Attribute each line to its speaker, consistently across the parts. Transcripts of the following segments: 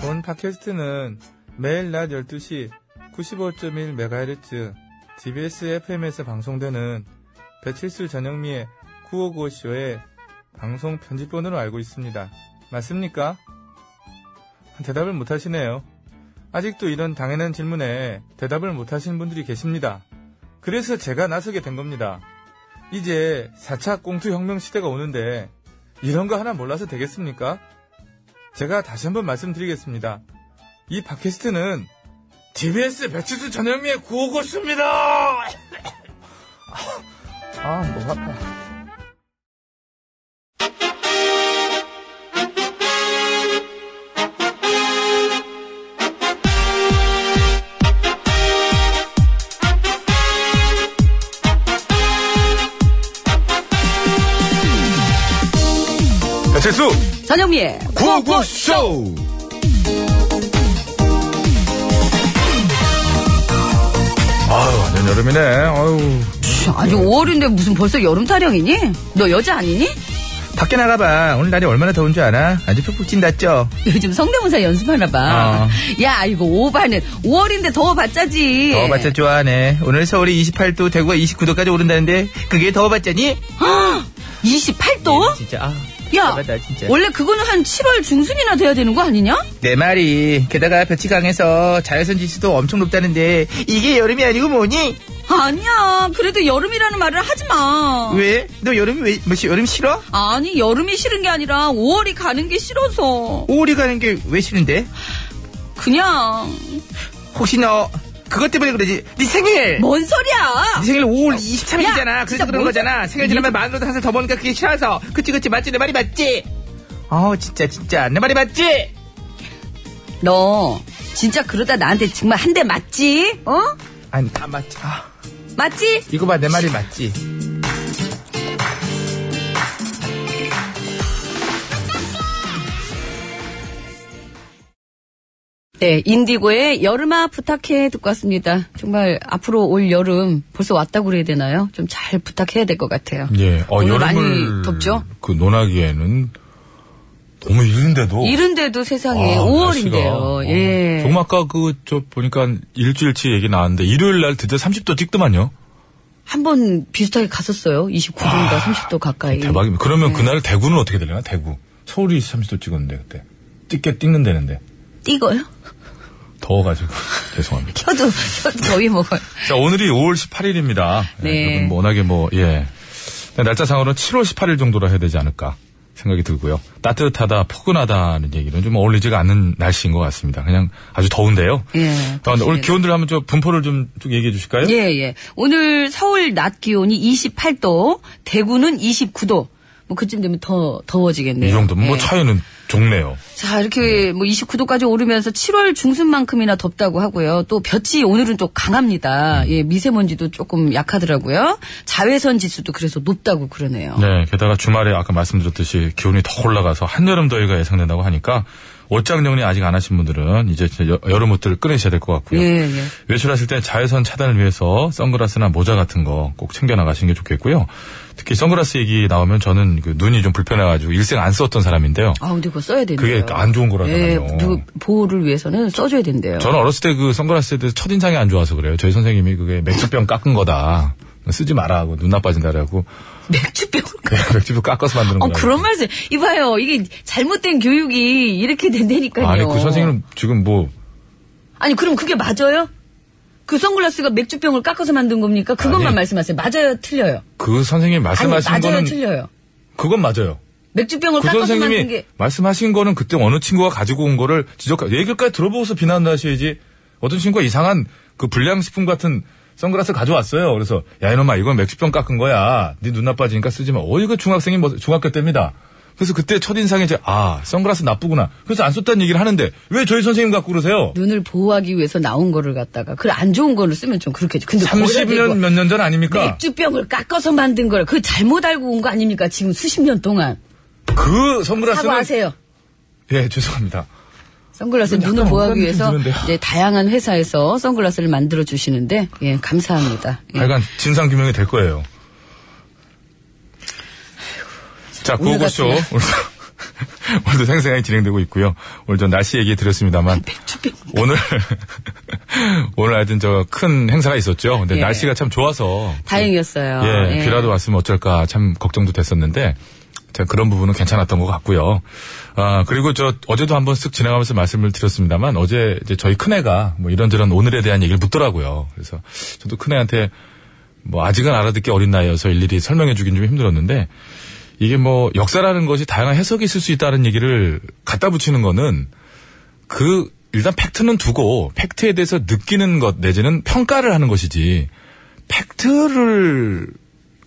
Speaker 1: 본 팟캐스트는 매일 낮 12시 95.1MHz TBS FM에서 방송되는 배칠수 전영미의 9595쇼의 방송 편집본으로 알고 있습니다. 맞습니까? 대답을 못하시네요. 아직도 이런 당연한 질문에 대답을 못하신 분들이 계십니다. 그래서 제가 나서게 된 겁니다. 이제 4차 공투 혁명 시대가 오는데 이런 거 하나 몰라서 되겠습니까? 제가 다시 한번 말씀드리겠습니다. 이 팟캐스트는 TBS 배치수 전현미의 구호고수입니다! 아, 목 아파. 배치수
Speaker 2: 전영미의
Speaker 1: 구호고쇼! 아유, 완전 여름이네. 아유.
Speaker 2: 씨, 아주 5월인데 무슨 벌써 여름 타령이니? 너 여자 아니니?
Speaker 1: 밖에 나가봐. 오늘 날이 얼마나 더운 줄 아나? 아주 푹푹 찐다죠?
Speaker 2: 요즘 성대모사 연습하나 봐.
Speaker 1: 아.
Speaker 2: 야 이거 오바는 5월인데 더워봤자지.
Speaker 1: 더워봤자 좋아하네. 오늘 서울이 28도, 대구가 29도까지 오른다는데 그게 더워봤자니?
Speaker 2: 28도?
Speaker 1: 진짜 아.
Speaker 2: 야
Speaker 1: 맞다, 진짜.
Speaker 2: 원래 그거는 한 7월 중순이나 돼야 되는 거 아니냐?
Speaker 1: 내 말이. 게다가 볕이 강해서 자외선 지수도 엄청 높다는데 이게 여름이 아니고 뭐니?
Speaker 2: 아니야 그래도 여름이라는 말을 하지 마.
Speaker 1: 왜? 너 여름 왜? 뭐 여름 싫어?
Speaker 2: 아니 여름이 싫은 게 아니라 5월이 가는 게 싫어서
Speaker 1: 오리 가는 게 왜 싫은데?
Speaker 2: 그냥
Speaker 1: 혹시 너 그것 때문에 그러지? 네 생일.
Speaker 2: 뭔 뭐? 소리야?
Speaker 1: 네 생일 5월 23일이잖아.
Speaker 2: 야, 진짜
Speaker 1: 그래서 그런
Speaker 2: 뭔
Speaker 1: 거잖아. 생일 지나면 만으로도 한 살 더 버니까 그게 싫어서. 그치 그치 맞지 내 말이 맞지? 어 진짜 진짜 내 말이 맞지?
Speaker 2: 너 진짜 그러다 나한테 정말 한 대 맞지? 어?
Speaker 1: 아니 다 맞지. 아.
Speaker 2: 맞지?
Speaker 1: 이거 봐, 내 말이 맞지?
Speaker 2: 네, 인디고의 여름아 부탁해 듣고 왔습니다. 정말 앞으로 올 여름 벌써 왔다고 그래야 되나요? 좀 잘 부탁해야 될 것 같아요.
Speaker 3: 예, 어,
Speaker 2: 오늘
Speaker 3: 여름을
Speaker 2: 많이 덥죠?
Speaker 3: 그 논하기에는 너무 이른데도.
Speaker 2: 이른데도 세상에
Speaker 3: 아,
Speaker 2: 5월인데요.
Speaker 3: 날씨가. 어,
Speaker 2: 예.
Speaker 3: 조금 아까 그 저 보니까 일주일치 얘기 나왔는데 일요일 날 드디어 30도 찍더만요.
Speaker 2: 한 번 비슷하게 갔었어요. 29도인가 30도 가까이.
Speaker 3: 대박입니다.
Speaker 2: 예.
Speaker 3: 그러면 그날 대구는 어떻게 되려나? 대구. 서울이 30도 찍었는데 그때. 찍게 찍는다는데.
Speaker 2: 띄고요?
Speaker 3: 더워가지고. 죄송합니다.
Speaker 2: 혀도, 혀도 더위 먹어요.
Speaker 3: 자, 오늘이 5월 18일입니다.
Speaker 2: 네.
Speaker 3: 여러분 뭐 워낙에 뭐, 예. 날짜상으로 7월 18일 정도라 해야 되지 않을까 생각이 들고요. 따뜻하다, 포근하다는 얘기는 좀 어울리지가 않는 날씨인 것 같습니다. 그냥 아주 더운데요.
Speaker 2: 예,
Speaker 3: 아, 근데 오늘
Speaker 2: 그렇습니다.
Speaker 3: 기온들 한번 좀 분포를 좀, 쭉 얘기해 주실까요?
Speaker 2: 예, 예. 오늘 서울 낮 기온이 28도, 대구는 29도. 뭐 그쯤 되면 더 더워지겠네요.
Speaker 3: 이 정도면 뭐
Speaker 2: 예.
Speaker 3: 차이는 적네요.
Speaker 2: 자, 이렇게 뭐 29도까지 오르면서 7월 중순만큼이나 덥다고 하고요. 또 볕이 오늘은 또 강합니다. 예, 미세먼지도 조금 약하더라고요. 자외선 지수도 그래서 높다고 그러네요.
Speaker 3: 네, 게다가 주말에 아까 말씀드렸듯이 기온이 더 올라가서 한여름 더위가 예상된다고 하니까 옷장 정리 아직 안 하신 분들은 이제 진짜 여, 여름 옷들을 꺼내셔야 될 것 같고요.
Speaker 2: 예, 예.
Speaker 3: 외출하실 때 자외선 차단을 위해서 선글라스나 모자 같은 거 꼭 챙겨 나가시는 게 좋겠고요. 특히 선글라스 얘기 나오면 저는 그 눈이 좀 불편해가지고 일생 안 썼던 사람인데요.
Speaker 2: 아, 근데 그거 써야 된대요.
Speaker 3: 그게 안 좋은
Speaker 2: 예,
Speaker 3: 거라잖아요.
Speaker 2: 그 보호를 위해서는 써줘야 된대요.
Speaker 3: 저는 어렸을 때 그 선글라스에 대해서 첫인상이 안 좋아서 그래요. 저희 선생님이 그게 맥주병 깎은 거다. 쓰지 마라 하고 눈 나빠진다라고
Speaker 2: 맥주병.
Speaker 3: 맥주병 깎아서 만드는
Speaker 2: 어,
Speaker 3: 거라고.
Speaker 2: 그런 말씀. 이봐요. 이게 잘못된 교육이 이렇게 된다니까요.
Speaker 3: 아니 그 선생님은 지금 뭐
Speaker 2: 아니, 그럼 그게 맞아요? 그 선글라스가 맥주병을 깎아서 만든 겁니까? 그것만
Speaker 3: 아니.
Speaker 2: 말씀하세요. 맞아요, 틀려요.
Speaker 3: 그 선생님이
Speaker 2: 아니,
Speaker 3: 말씀하신
Speaker 2: 맞아요,
Speaker 3: 거는
Speaker 2: 틀려요.
Speaker 3: 그건 맞아요.
Speaker 2: 맥주병을
Speaker 3: 그
Speaker 2: 깎아서 만든
Speaker 3: 선생님이
Speaker 2: 게
Speaker 3: 말씀하신 거는 그때 어느 친구가 가지고 온 거를 지적 얘기까지 들어보고서 비난을 하셔야지 어떤 친구가 이상한 그 불량식품 같은 선글라스 가져왔어요. 그래서 야 이놈아 이건 맥주병 깎은 거야. 네 눈 나빠지니까 쓰지 마. 어 이거 중학생이 뭐 중학교 때입니다. 그래서 그때 첫인상에 이제 아 선글라스 나쁘구나. 그래서 안 썼다는 얘기를 하는데 왜 저희 선생님 갖고 그러세요?
Speaker 2: 눈을 보호하기 위해서 나온 거를 갖다가 그래 안 좋은 거를 쓰면 좀 그렇게 죠 근데 거기다
Speaker 3: 30년
Speaker 2: 대고
Speaker 3: 몇 년 전 아닙니까?
Speaker 2: 맥주병을 깎아서 만든 걸 그 잘못 알고 온 거 아닙니까? 지금 수십 년 동안
Speaker 3: 그 선글라스는
Speaker 2: 네. 사과하세요.
Speaker 3: 예 죄송합니다.
Speaker 2: 선글라스
Speaker 3: 약간
Speaker 2: 눈을 보호하기
Speaker 3: 억울한
Speaker 2: 위해서
Speaker 3: 느낌 드는데요.
Speaker 2: 이제 다양한 회사에서 선글라스를 만들어 주시는데 예 감사합니다. 예.
Speaker 3: 하여간 진상 규명이 될 거예요. 자,
Speaker 2: 오늘
Speaker 3: 구호고쇼.
Speaker 2: 같은
Speaker 3: 오늘 오늘도 생생하게 진행되고 있고요. 오늘 전 날씨 얘기 드렸습니다만
Speaker 2: 백초백.
Speaker 3: 오늘 오늘 하여튼 저 큰 행사가 있었죠. 근데
Speaker 2: 예.
Speaker 3: 날씨가 참 좋아서
Speaker 2: 다행이었어요.
Speaker 3: 예,
Speaker 2: 예.
Speaker 3: 비라도 왔으면 어쩔까 참 걱정도 됐었는데 자, 그런 부분은 괜찮았던 것 같고요. 아 그리고 저 어제도 한번 쓱 지나가면서 말씀을 드렸습니다만 어제 이제 저희 큰애가 뭐 이런저런 오늘에 대한 얘기를 묻더라고요. 그래서 저도 큰애한테 뭐 아직은 알아듣기 어린 나이여서 일일이 설명해주긴 좀 힘들었는데 이게 뭐 역사라는 것이 다양한 해석이 있을 수 있다는 얘기를 갖다 붙이는 거는 그 일단 팩트는 두고 팩트에 대해서 느끼는 것 내지는 평가를 하는 것이지 팩트를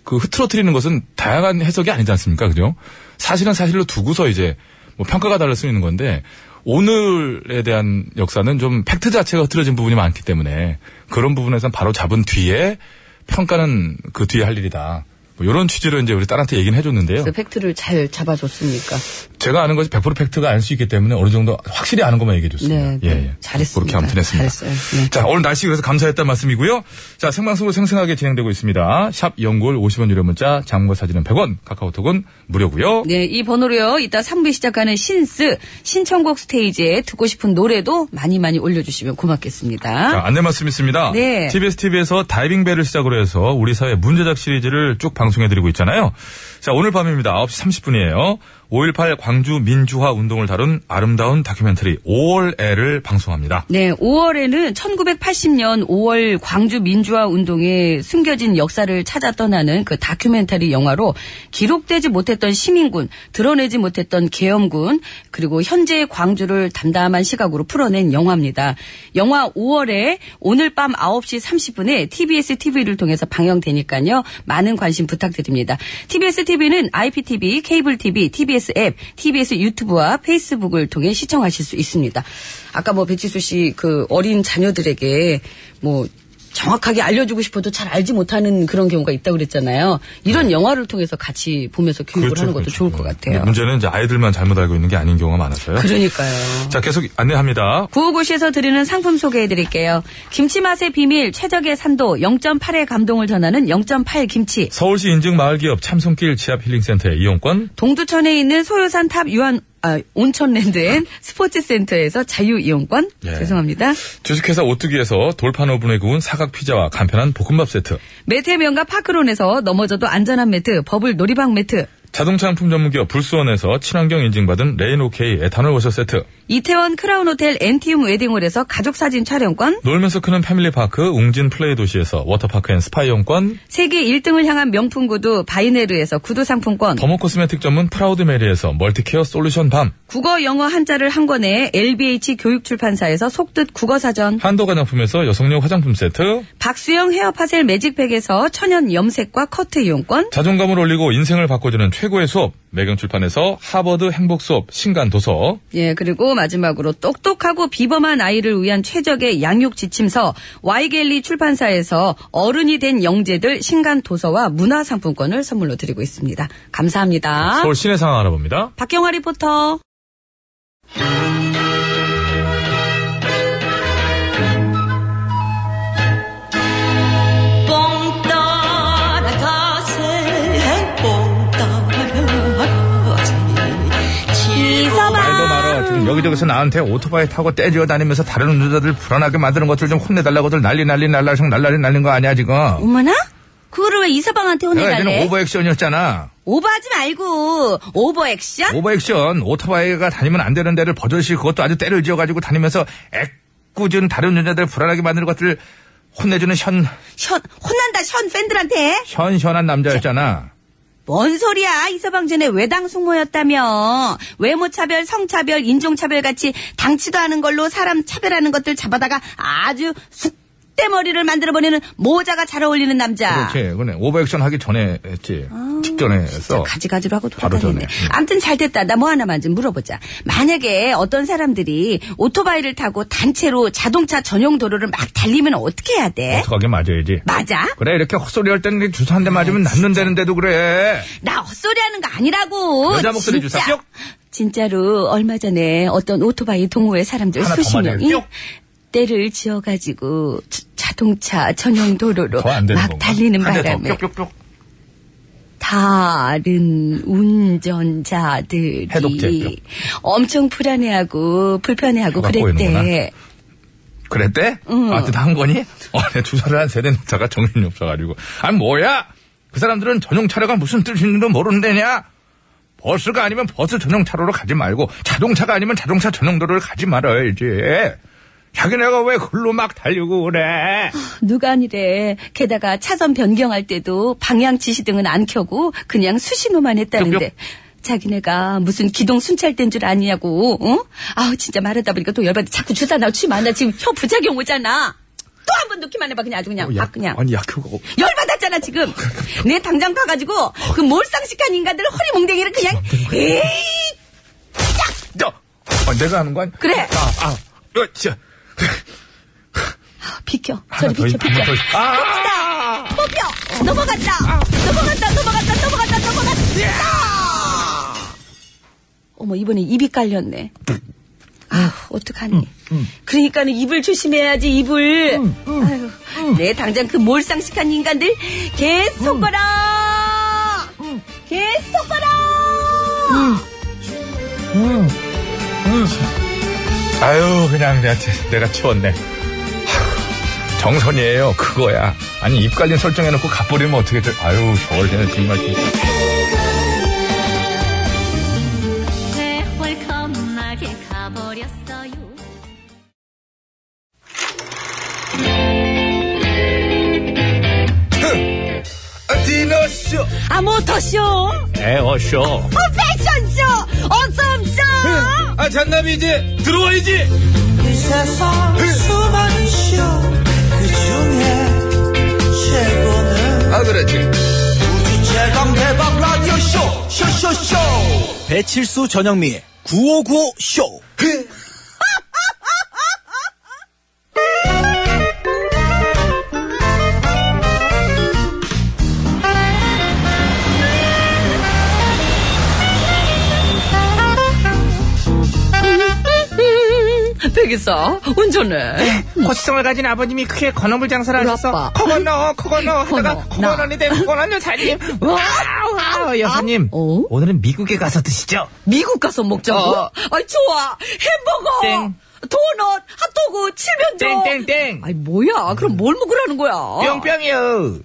Speaker 3: 그 흐트러뜨리는 것은 다양한 해석이 아니지 않습니까? 그죠? 사실은 사실로 두고서 이제 뭐 평가가 달를 수 있는 건데 오늘에 대한 역사는 좀 팩트 자체가 흐트러진 부분이 많기 때문에 그런 부분에선 바로 잡은 뒤에 평가는 그 뒤에 할 일이다. 뭐 이런 취지로 이제 우리 딸한테 얘기는 해줬는데요.
Speaker 2: 그래서 팩트를 잘 잡아줬습니까?
Speaker 3: 제가 아는 것이 100% 팩트가 아닐 수 있기 때문에 어느 정도 확실히 아는 것만 얘기해 줬습니다. 예,
Speaker 2: 네, 네. 잘했습니다.
Speaker 3: 그렇게 아무튼 했습니다.
Speaker 2: 잘했어요. 네.
Speaker 3: 자, 오늘 날씨 그래서 감사했다는 말씀이고요. 자, 생방송으로 생생하게 진행되고 있습니다. 샵 연골 50원 유료 문자, 장모 사진은 100원, 카카오톡은 무료고요.
Speaker 2: 네, 이 번호로요. 이따 3부에 시작하는 신스 신청곡 스테이지에 듣고 싶은 노래도 많이 많이 올려주시면 고맙겠습니다.
Speaker 3: 자, 안내 말씀 있습니다.
Speaker 2: 네.
Speaker 3: TBS TV에서 다이빙 벨을 시작으로 해서 우리 사회 문제작 시리즈를 쭉 방송해드리고 있잖아요. 자, 오늘 밤입니다. 9시 30분이에요. 5.18 광주 민주화 운동을 다룬 아름다운 다큐멘터리 5월애를 방송합니다.
Speaker 2: 네, 5월에는 1980년 5월 광주 민주화 운동의 숨겨진 역사를 찾아 떠나는 그 다큐멘터리 영화로 기록되지 못했던 시민군, 드러내지 못했던 계엄군, 그리고 현재의 광주를 담담한 시각으로 풀어낸 영화입니다. 영화 5월에 오늘 밤 9시 30분에 TBS TV를 통해서 방영되니까요. 많은 관심 부탁드립니다. TBS TV는 IPTV, 케이블 TV, TBS 앱, TBS 유튜브와 페이스북을 통해 시청하실 수 있습니다. 아까 뭐 배치수 씨 그 어린 자녀들에게 뭐 정확하게 알려주고 싶어도 잘 알지 못하는 그런 경우가 있다고 그랬잖아요. 이런 영화를 통해서 같이 보면서 교육을
Speaker 3: 그렇죠,
Speaker 2: 하는 것도 좋을 것
Speaker 3: 근데
Speaker 2: 같아요.
Speaker 3: 문제는 이제 아이들만 잘못 알고 있는 게 아닌 경우가 많아서요.
Speaker 2: 그러니까요.
Speaker 3: 자, 계속 안내합니다.
Speaker 2: 구호고시에서 드리는 상품 소개해드릴게요. 김치 맛의 비밀 최적의 산도 0.8의 감동을 전하는 0.8 김치.
Speaker 3: 서울시 인증 마을기업 참손길 지압 힐링센터의 이용권,
Speaker 2: 동두천에 있는 소요산 탑 유한 아, 온천랜드엔 스포츠센터에서 자유이용권
Speaker 3: 예.
Speaker 2: 죄송합니다.
Speaker 3: 주식회사 오뚜기에서 돌판 오븐에 구운 사각 피자와 간편한 볶음밥 세트,
Speaker 2: 매트의 명가 파크론에서 넘어져도 안전한 매트 버블 놀이방 매트
Speaker 3: 자동차 용품 전문기업 불수원에서 친환경 인증받은 레인오케이 에탄올 워셔 세트,
Speaker 2: 이태원 크라운호텔 엔티움 웨딩홀에서 가족사진 촬영권
Speaker 3: 놀면서 크는 패밀리파크 웅진 플레이 도시에서 워터파크 앤 스파 이용권,
Speaker 2: 세계 1등을 향한 명품 구두 바이네르에서 구두 상품권
Speaker 3: 더모코스메틱 전문 프라우드메리에서 멀티케어 솔루션 밤,
Speaker 2: 국어 영어 한자를 한 권에 LBH 교육출판사에서 속뜻 국어사전
Speaker 3: 한도 화장품에서 여성용 화장품 세트,
Speaker 2: 박수영 헤어파셀 매직팩에서 천연 염색과 커트 이용권
Speaker 3: 자존감을 올리고 인생을 바꿔주는 최고의 수업 매경출판에서 하버드 행복 수업 신간 도서
Speaker 2: 예, 그리고 마지막으로 똑똑하고 비범한 아이를 위한 최적의 양육 지침서 와이겔리 출판사에서 어른이 된 영재들 신간 도서와 문화 상품권을 선물로 드리고 있습니다. 감사합니다.
Speaker 3: 네, 서울 시내 상황 알아봅니다.
Speaker 2: 박경화 리포터.
Speaker 3: 아, 말도
Speaker 2: 아.
Speaker 3: 말어. 지금 여기저기서 나한테 오토바이 타고 떼지어 다니면서 다른 운전자들 불안하게 만드는 것들 좀 혼내달라고들 난리 난리 날라성 날라리 날린 거 아니야 지금?
Speaker 2: 어머나? 그거를 왜 이서방한테
Speaker 3: 내가 이제는
Speaker 2: 혼내달래?
Speaker 3: 오버액션이었잖아.
Speaker 2: 오버하지 말고 오버액션?
Speaker 3: 오버액션 오토바이가 다니면 안 되는 데를 버젓이 그것도 아주 때를 지어가지고 다니면서 애꿎은 다른 운전자들 불안하게 만드는 것들 혼내주는 현
Speaker 2: 션, 혼난다 션 팬들한테?
Speaker 3: 현현한 남자였잖아.
Speaker 2: 뭔 소리야 이서방 전에 외당 숙모였다며 외모차별 성차별 인종차별 같이 당치도 않은 걸로 사람 차별하는 것들 잡아다가 아주 숙대머리를 만들어버리는 모자가 잘 어울리는 남자 아.
Speaker 3: 그렇지. 그네 오버액션 하기 전에 했지. 직전에 했어.
Speaker 2: 가지가지로 하고
Speaker 3: 바로
Speaker 2: 돌아다니네
Speaker 3: 전에. 응.
Speaker 2: 암튼 잘 됐다 나 뭐 하나만 좀 물어보자 만약에 어떤 사람들이 오토바이를 타고 단체로 자동차 전용 도로를 막 달리면 어떻게 해야 돼?
Speaker 3: 어떡하게 맞아야지.
Speaker 2: 맞아?
Speaker 3: 그래 이렇게 헛소리 할 때는 주사 한 대 맞으면
Speaker 2: 아,
Speaker 3: 낫는다는데도 그래.
Speaker 2: 나 헛소리 하는 거 아니라고.
Speaker 3: 여자 목소리
Speaker 2: 진짜.
Speaker 3: 주사 뿅.
Speaker 2: 진짜로 얼마 전에 어떤 오토바이 동호회 사람들
Speaker 3: 하나 더
Speaker 2: 수십
Speaker 3: 맞아요.
Speaker 2: 명이
Speaker 3: 뿅.
Speaker 2: 때를 지어가지고 자- 자동차 전용 도로로
Speaker 3: 더 안 되는
Speaker 2: 막
Speaker 3: 건가?
Speaker 2: 달리는
Speaker 3: 한대더
Speaker 2: 바람에
Speaker 3: 뿅뿅뿅.
Speaker 2: 다른 운전자들이
Speaker 4: 해독제죠.
Speaker 2: 엄청 불안해하고 불편해하고
Speaker 4: 갖고
Speaker 2: 그랬대.
Speaker 4: 있는구나. 그랬대?
Speaker 2: 응.
Speaker 4: 아, 그때 한 거니? 어, 내 주사를 한 세대 놓다가 정신이 없어가지고. 아니, 뭐야? 그 사람들은 전용 차로가 무슨 뜻인지도 모르는데냐? 버스가 아니면 버스 전용 차로로 가지 말고, 자동차가 아니면 자동차 전용 도로를 가지 말아야지. 자기네가 왜 글로 막 달리고 그래?
Speaker 2: 누가 아니래. 게다가 차선 변경할 때도 방향 지시등은 안 켜고 그냥 수신호만 했다는데.
Speaker 4: 뿅뿅.
Speaker 2: 자기네가 무슨 기동 순찰대인 줄 아니냐고. 어? 아우 진짜 말하다 보니까 또 열받아. 자꾸 주사 나고 침 안나 지금 혀 부작용 오잖아. 또 한 번 놓기만 해봐 그냥 아주 그냥 막 그냥
Speaker 4: 아니, 어, 야, 그거.
Speaker 2: 열받았잖아 지금. 내 당장 가가지고 그 몰상식한 인간들 허리 몽댕이를 그냥 에이
Speaker 4: 야! 어, 내가 하는 거 아니?
Speaker 2: 그래.
Speaker 4: 아, 아, 야, 진짜.
Speaker 2: 비켜
Speaker 4: 하나
Speaker 2: 저리
Speaker 4: 더,
Speaker 2: 비켜
Speaker 4: 있- 하나
Speaker 2: 비켜.
Speaker 4: 더. 있- 아!
Speaker 2: 뽑혀 넘어갔다 넘어갔다 넘어갔다 넘어갔다 넘어갔다 어머 이번에 입이 깔렸네 아 어떡하니
Speaker 4: 음,
Speaker 2: 그러니까는 입을 조심해야지 입을
Speaker 4: 음,
Speaker 2: 아유 내 당장 그 몰상식한 인간들
Speaker 4: 음.
Speaker 2: 계속 봐라 계속
Speaker 4: 음.
Speaker 2: 봐라
Speaker 4: 아유 그냥 내가, 내가 치웠네 아휴, 정선이에요 그거야 아니 입 관련 설정해놓고 가버리면 어떻게 돼 아유 저걸 그냥 정말 진짜.
Speaker 3: 세월 겁나게 가버렸어요.
Speaker 4: 디너쇼
Speaker 2: 아 모터쇼
Speaker 3: 네,
Speaker 4: 에어쇼
Speaker 2: 아, 패션쇼 어썸쇼
Speaker 4: 아 잔나비
Speaker 3: 예.
Speaker 4: 이제 들어와야지
Speaker 5: 이 세상 수많은 쇼그 중에 최고는
Speaker 4: 아 그렇지
Speaker 2: 네.
Speaker 5: 우주 최강 대박 라디오 쇼 쇼쇼쇼 배칠수 전영미의 9595 쇼.
Speaker 2: 백이사 운전해
Speaker 3: 네.
Speaker 6: 고시성을 가진 아버님이 크게 건어물 장사를
Speaker 2: 우리
Speaker 6: 하셔서
Speaker 2: 아빠.
Speaker 6: 코건어 코건어 하다가
Speaker 2: 코건어, 나.
Speaker 6: 코건언니 대 코건언니 살림 와우 와우 여사님
Speaker 2: 어?
Speaker 6: 오늘은 미국에 가서 드시죠
Speaker 2: 미국 가서 먹자고?
Speaker 6: 어.
Speaker 2: 아이, 좋아. 햄버거.
Speaker 6: 땡.
Speaker 2: 도넛, 핫도그, 칠면조.
Speaker 6: 땡땡땡
Speaker 2: 아이, 뭐야. 그럼 뭘 먹으라는 거야?
Speaker 6: 뿅뿅이요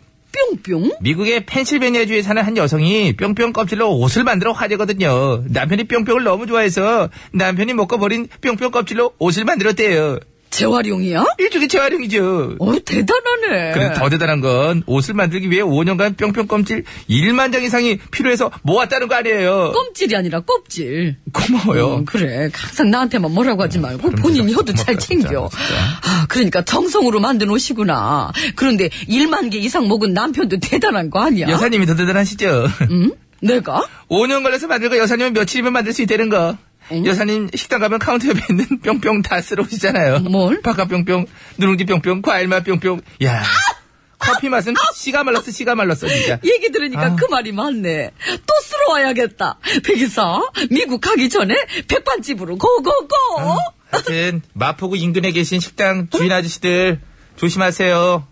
Speaker 2: 뿅뿅.
Speaker 6: 미국의 펜실베니아주에 사는 한 여성이 뿅뿅 껍질로 옷을 만들어 화제거든요. 남편이 뿅뿅을 너무 좋아해서 남편이 먹어버린 뿅뿅 껍질로 옷을 만들었대요.
Speaker 2: 재활용이야?
Speaker 6: 일종의 재활용이죠.
Speaker 2: 어, 대단하네.
Speaker 4: 그런데 더 대단한 건 옷을 만들기 위해 5년간 뿅뿅 껌질 1만 장 이상이 필요해서 모았다는 거 아니에요
Speaker 2: 껌질이 아니라 껍질.
Speaker 4: 고마워요 음,
Speaker 2: 음, 그래. 항상 나한테만 뭐라고 하지 말고 본인이
Speaker 4: 진짜
Speaker 2: 혀도 잘
Speaker 4: 고맙다,
Speaker 2: 챙겨.
Speaker 4: 진짜,
Speaker 2: 아, 그러니까 정성으로 만든 옷이구나. 그런데 1만 개 이상 먹은 남편도 대단한 거 아니야?
Speaker 4: 여사님이 더 대단하시죠
Speaker 2: 응? 내가?
Speaker 4: 5년 걸려서 만들고 여사님은 며칠이면 만들 수 있다는 거.
Speaker 2: 응?
Speaker 4: 여사님 식당 가면 카운터 옆에 있는 뿅뿅 다 쓸어오시잖아요.
Speaker 2: 뭘?
Speaker 4: 바깥 뿅뿅, 누룽지 뿅뿅, 과일맛 뿅뿅. 야 커피 맛은 씨가 말랐어, 씨가 말랐어, 진짜.
Speaker 2: 얘기 들으니까
Speaker 4: 아.
Speaker 2: 그 말이 맞네. 또 쓰러 와야겠다. 백이사, 미국 가기 전에 백반집으로 고고고!
Speaker 4: 아. 하여튼 마포구 인근에 계신 식당 주인 아저씨들 조심하세요.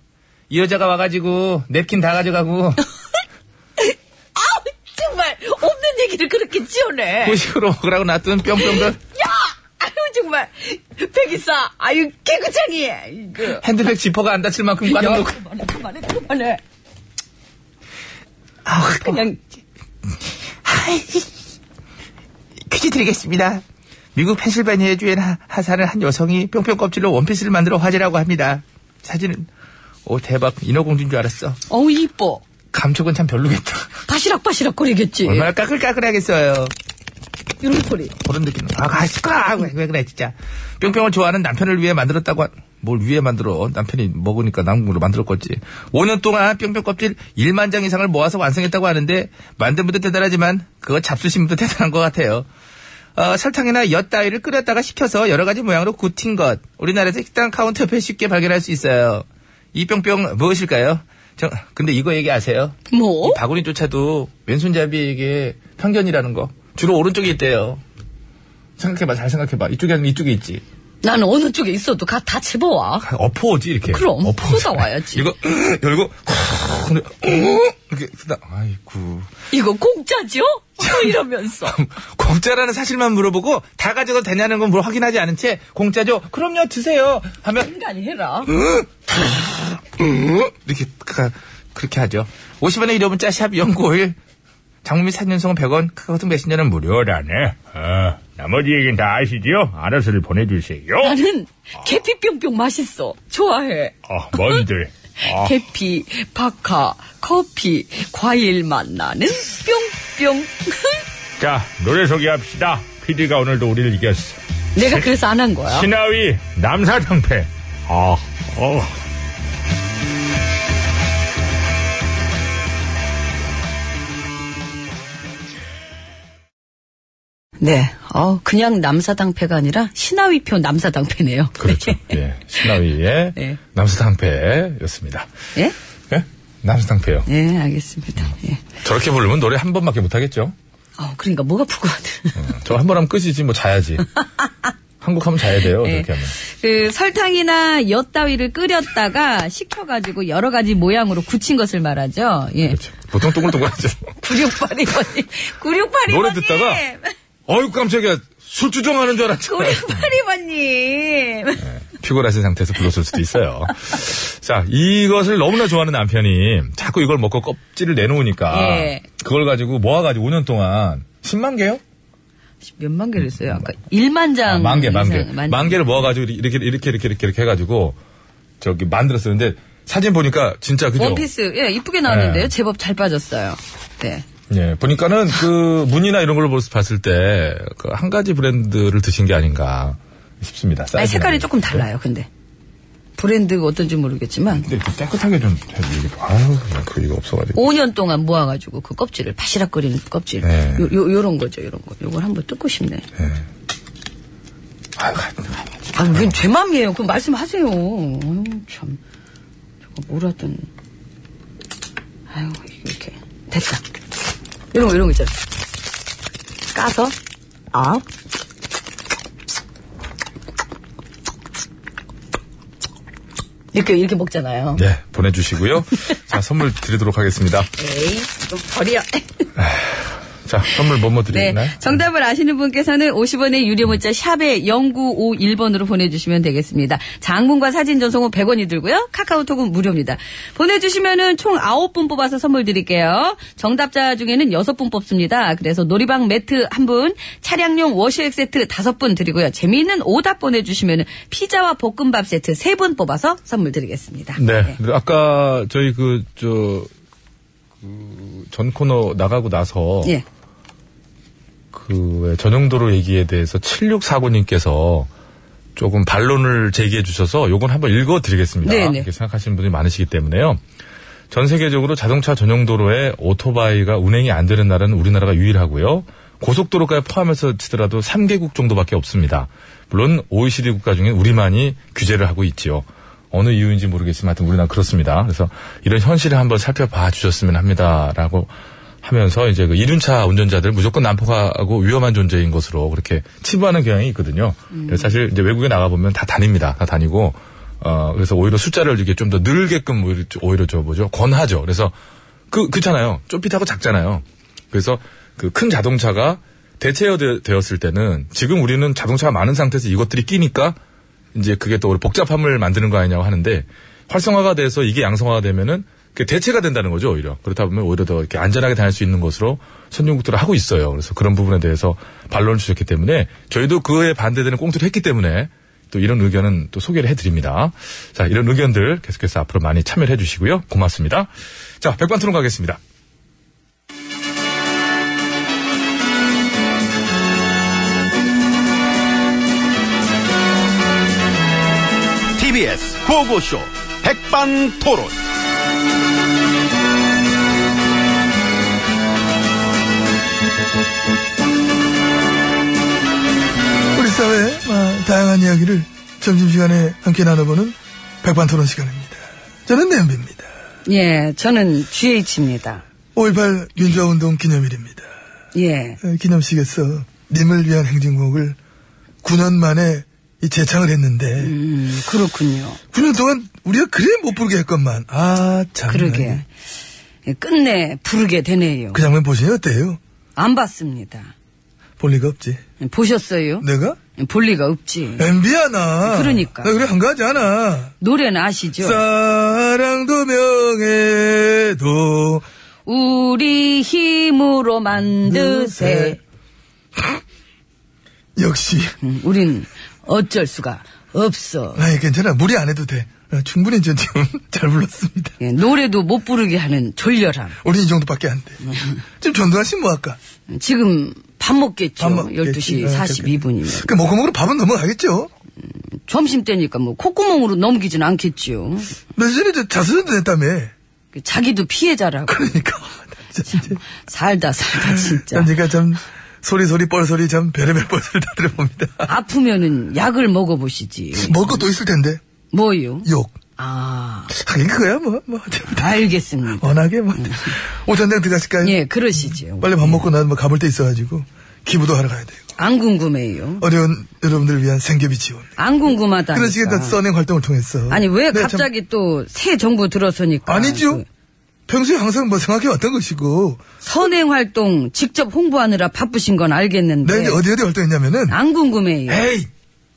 Speaker 4: 이 여자가 와가지고 냅킨 다 가져가고
Speaker 2: 아우, 정말, 없는 얘기를 그렇게 지어내.
Speaker 4: 후식으로 먹으라고 놔둔 뿅뿅들
Speaker 2: 야! 아유, 정말. 백이사, 아유, 개구쟁이. 이거.
Speaker 4: 핸드백 지퍼가 안 닫힐 만큼
Speaker 2: 야,
Speaker 4: 꽈놓고
Speaker 2: 그만해, 그만해, 그만해. 아, 그냥,
Speaker 4: 퀴즈 드리겠습니다. 미국 펜실베니아 주의 하사는 한 여성이 뿅뿅 껍질로 원피스를 만들어 화제라고 합니다. 사진은 오 대박 인어공주인 줄 알았어.
Speaker 2: 어우, 이뻐.
Speaker 4: 감촉은 참 별로겠다.
Speaker 2: 바시락바시락 거리겠지.
Speaker 4: 얼마나 까끌까끌하겠어요.
Speaker 2: 이런 소리.
Speaker 4: 그런 느낌. 아 가실까? 왜, 왜 그래 진짜. 뿅뿅을 좋아하는 남편을 위해 만들었다고 한- 뭘 위해 만들어? 남편이 먹으니까 남은 걸로 만들었겠지. 5년 동안 뿅뿅 껍질 1만 장 이상을 모아서 완성했다고 하는데 만든 분도 대단하지만 그거 잡수신 분도 대단한 것 같아요. 어, 설탕이나 엿 따위를 끓였다가 식혀서 여러 가지 모양으로 굳힌 것. 우리나라에서 식당 카운터 옆에 쉽게 발견할 수 있어요. 이 뿅뿅 무엇일까요? 저, 근데 이거 얘기 아세요?
Speaker 2: 뭐?
Speaker 4: 이 바구니조차도 왼손잡이에게 편견이라는 거. 주로 오른쪽에 있대요. 생각해봐, 잘 생각해봐. 이쪽이 아니면 이쪽에 있지.
Speaker 2: 나는 어느 쪽에 있어도 가, 다 집어와.
Speaker 3: 아,
Speaker 4: 엎어오지, 이렇게.
Speaker 3: 뭐,
Speaker 2: 그럼,
Speaker 4: 엎어오잖아.
Speaker 2: 쏟아와야지.
Speaker 4: 이거, 열고,
Speaker 3: 근데 어? 이렇게 쓰다 아이고
Speaker 2: 이거 공짜죠? 또 이러면서.
Speaker 3: 공짜라는 사실만 물어보고 다 가져도 되냐는 건 뭘 확인하지 않은 채 공짜죠? 그럼요 드세요 하면
Speaker 2: 인간이 해라.
Speaker 3: 어? 이렇게 가- 그렇게 하죠. 50원에 1호 문자 샵 0951 장미 3년성은 100원 카카오톡 메신저는 무료라네. 아, 나머지 얘기는 다 아시지요? 알아서를 보내주세요.
Speaker 2: 나는 계피 뿅뿅 맛있어. 좋아해.
Speaker 3: 아, 뭔들. 아,
Speaker 2: 계피, 바카, 커피, 과일 맛 나는 뿅뿅.
Speaker 3: 자 노래 소개합시다. PD가 오늘도 우리를 이겼어.
Speaker 2: 내가 그래서 안 한 거야.
Speaker 3: 신하위 남사정패. 아, 어.
Speaker 2: 네. 어, 그냥 남사당패가 아니라 신하위표 남사당패네요.
Speaker 3: 그렇죠. 예, 신하위의
Speaker 2: 네.
Speaker 3: 남사당패였습니다.
Speaker 2: 예?
Speaker 3: 예? 남사당패요.
Speaker 2: 예, 알겠습니다. 예.
Speaker 3: 저렇게 부르면 노래 한 번밖에 못하겠죠? 어,
Speaker 2: 어, 그러니까 뭐가 부거든.
Speaker 3: 저 한 번 하면 끝이지, 뭐 자야지. 한국 하면 자야 돼요, 이렇게 하면.
Speaker 2: 그 설탕이나 엿 따위를 끓였다가 식혀가지고 여러 가지 모양으로 굳힌 것을 말하죠. 예.
Speaker 3: 그렇죠. 보통 동글동글하죠.
Speaker 2: 9682번님. 9682번님.
Speaker 3: 노래 듣다가 어이구, 깜짝이야. 술주정하는 줄 알았죠.
Speaker 2: 9682번님.
Speaker 3: 네. 피곤하신 상태에서 불렀을 수도 있어요. 자, 이것을 너무나 좋아하는 남편이 자꾸 이걸 먹고 껍질을 내놓으니까
Speaker 2: 예.
Speaker 3: 그걸 가지고 모아가지고 5년 동안 10만 개요?
Speaker 2: 몇만 개를 써요? 아까 1만 장.
Speaker 3: 아, 만 개, 만 개.
Speaker 2: 음, 이상, 만
Speaker 3: 만 개를 모아가지고 이렇게, 이렇게, 이렇게, 이렇게, 이렇게 해가지고 저기 만들었었는데 사진 보니까 진짜 그죠?
Speaker 2: 원피스. 예, 이쁘게 나왔는데요.
Speaker 3: 예.
Speaker 2: 제법 잘 빠졌어요. 네.
Speaker 3: 예, 보니까는 그 문이나 이런 걸로 봤을 때 그 한 가지 브랜드를 드신 게 아닌가 싶습니다.
Speaker 2: 아니,
Speaker 3: 사이즈나.
Speaker 2: 색깔이 조금 달라요, 근데. 브랜드가 어떤지 모르겠지만.
Speaker 3: 근데 그 깨끗하게 좀 해주기. 아유, 그냥 그 이거 없어가지고.
Speaker 2: 5년 동안 모아가지고 그 껍질을 바시락거리는 껍질
Speaker 3: 네.
Speaker 2: 요, 요 요런 거죠 요런 거 요걸 한번 뜯고 싶네
Speaker 3: 예. 아유, 가- 가-
Speaker 2: 아왜제 맘이에요 그럼 말씀하세요 아유, 참 저거 뭐라든 아유 이렇게 됐다 이런 거 이런 거 있잖아 까서 아 이렇게 이렇게 먹잖아요
Speaker 3: 네, 보내주시고요. 자, 선물 드리도록 하겠습니다.
Speaker 2: 에이 좀 버려
Speaker 3: 자, 선물 뭐뭐
Speaker 2: 네.
Speaker 3: 드리나요?
Speaker 2: 정답을 아시는 분께서는 50원의 유료 문자 샵에 0951번으로 보내주시면 되겠습니다. 장문과 사진 전송은 100원이 들고요. 카카오톡은 무료입니다. 보내주시면은 총 9분 뽑아서 선물 드릴게요. 정답자 중에는 6분 뽑습니다. 그래서 놀이방 매트 1분, 차량용 워시액 세트 5분 드리고요. 재미있는 오답 보내주시면은 피자와 볶음밥 세트 3분 뽑아서 선물 드리겠습니다.
Speaker 3: 네. 그리고 아까 저희 그, 저, 그, 전 코너 나가고 나서.
Speaker 2: 예.
Speaker 3: 그, 왜 전용도로 얘기에 대해서 7649님께서 조금 반론을 제기해 주셔서 요건 한번 읽어 드리겠습니다.
Speaker 2: 네네.
Speaker 3: 이렇게 생각하시는 분들이 많으시기 때문에요. 전 세계적으로 자동차 전용도로에 오토바이가 운행이 안 되는 나라는 우리나라가 유일하고요. 고속도로까지 포함해서 치더라도 3개국 정도밖에 없습니다. 물론 OECD 국가 중에 우리만이 규제를 하고 있지요. 어느 이유인지 모르겠지만 하여튼 우리나라 그렇습니다. 그래서 이런 현실을 한번 살펴봐 주셨으면 합니다라고 하면서 이제 그 이륜차 운전자들 무조건 난폭하고 위험한 존재인 것으로 그렇게 치부하는 경향이 있거든요. 그래서 사실 이제 외국에 나가 보면 다 다닙니다. 다 다니고 어 그래서 오히려 숫자를 이게 좀 더 늘게끔 오히려, 오히려 저 뭐죠 권하죠. 그래서 그 그렇잖아요. 좁핏하고 작잖아요. 그래서 그 큰 자동차가 대체되었을 때는 지금 우리는 자동차가 많은 상태에서 이것들이 끼니까 이제 그게 또 우리 복잡함을 만드는 거 아니냐고 하는데 활성화가 돼서 이게 양성화가 되면은 그 대체가 된다는 거죠 오히려 그렇다 보면 오히려 더 이렇게 안전하게 다닐 수 있는 것으로 선진국들을 하고 있어요 그래서 그런 부분에 대해서 반론을 주셨기 때문에 저희도 그에 반대되는 꽁트를 했기 때문에 또 이런 의견은 또 소개를 해드립니다 자 이런 의견들 계속해서 앞으로 많이 참여를 해주시고요 고맙습니다 자 백반토론 가겠습니다
Speaker 7: TBS 고고쇼 백반토론.
Speaker 4: 우리 사회의 아, 다양한 이야기를 점심시간에 함께 나눠보는 백반토론 시간입니다. 저는 냄비입니다.
Speaker 2: 예, 저는 GH입니다.
Speaker 4: 5.18 민주화운동 기념일입니다.
Speaker 2: 예.
Speaker 4: 어, 기념식에서 님을 위한 행진곡을 9년 만에 이 재창을 했는데
Speaker 2: 음, 그렇군요.
Speaker 4: 9년 동안 우리가 그래 못 부르게 했건만. 아, 참.
Speaker 2: 그러게. 예, 끝내 부르게 되네요.
Speaker 4: 그 장면 보시니 어때요?
Speaker 2: 안 봤습니다.
Speaker 4: 볼 리가 없지.
Speaker 2: 보셨어요?
Speaker 4: 내가?
Speaker 2: 볼 리가 없지.
Speaker 4: 엠비야, 나.
Speaker 2: 그러니까.
Speaker 4: 나 그래, 한가하지 않아.
Speaker 2: 노래는 아시죠?
Speaker 4: 사랑도 명예도.
Speaker 2: 우리 힘으로 만드세.
Speaker 4: 역시.
Speaker 2: 음, 우린 어쩔 수가 없어.
Speaker 4: 아이, 괜찮아. 무리 안 해도 돼. 어, 충분히 저 지금 잘 불렀습니다.
Speaker 2: 예, 노래도 못 부르게 하는 졸렬함.
Speaker 4: 우린 이 정도밖에 안 돼.
Speaker 2: 음.
Speaker 4: 지금 전두환 씨 뭐 할까?
Speaker 2: 지금 밥 아, 먹겠죠.
Speaker 4: 밥 먹겠지.
Speaker 2: 12시
Speaker 4: 어,
Speaker 2: 42분이면.
Speaker 4: 그 먹고먹으로 밥은 넘어가겠죠?
Speaker 2: 점심 때니까 뭐 콧구멍으로 넘기진 않겠지요.
Speaker 4: 며칠 전에 저 자수전도 했다며.
Speaker 2: 그 자기도 피해자라고.
Speaker 4: 그러니까. 나 진짜.
Speaker 2: 살다 살다 진짜.
Speaker 4: 참, 제가 참, 소리소리 뻘소리 참, 베레벨 뻘소리 다 들어봅니다.
Speaker 2: 아프면은 약을 먹어보시지.
Speaker 4: 먹을 것도 있을 텐데,
Speaker 2: 뭐요?
Speaker 4: 욕.
Speaker 2: 아,
Speaker 4: 하긴 그거야, 뭐, 뭐. 어차피 다
Speaker 2: 알겠습니다.
Speaker 4: 워낙에 뭐. 오전장 들어가실까요?
Speaker 2: 예, 그러시지요.
Speaker 4: 빨리 밥 먹고 난 뭐 가볼 데 있어가지고, 기부도 하러 가야 돼요.
Speaker 2: 안 궁금해요.
Speaker 4: 어려운 여러분들을 위한 생계비 지원.
Speaker 2: 안 궁금하다.
Speaker 4: 그런 식의 다 써낸 활동을 통해서.
Speaker 2: 그러니까. 아니 왜
Speaker 4: 네, 참-
Speaker 2: 갑자기 또 새 정부 들어서니까
Speaker 4: 아니죠.
Speaker 2: 그
Speaker 4: 평소에 항상 뭐 생각해왔던 것이고,
Speaker 2: 선행 활동 직접 홍보하느라 바쁘신 건
Speaker 4: 내가
Speaker 2: 알겠는데
Speaker 4: 이제 네, 어디 어디 활동했냐면은,
Speaker 2: 안 궁금해요
Speaker 4: 에이!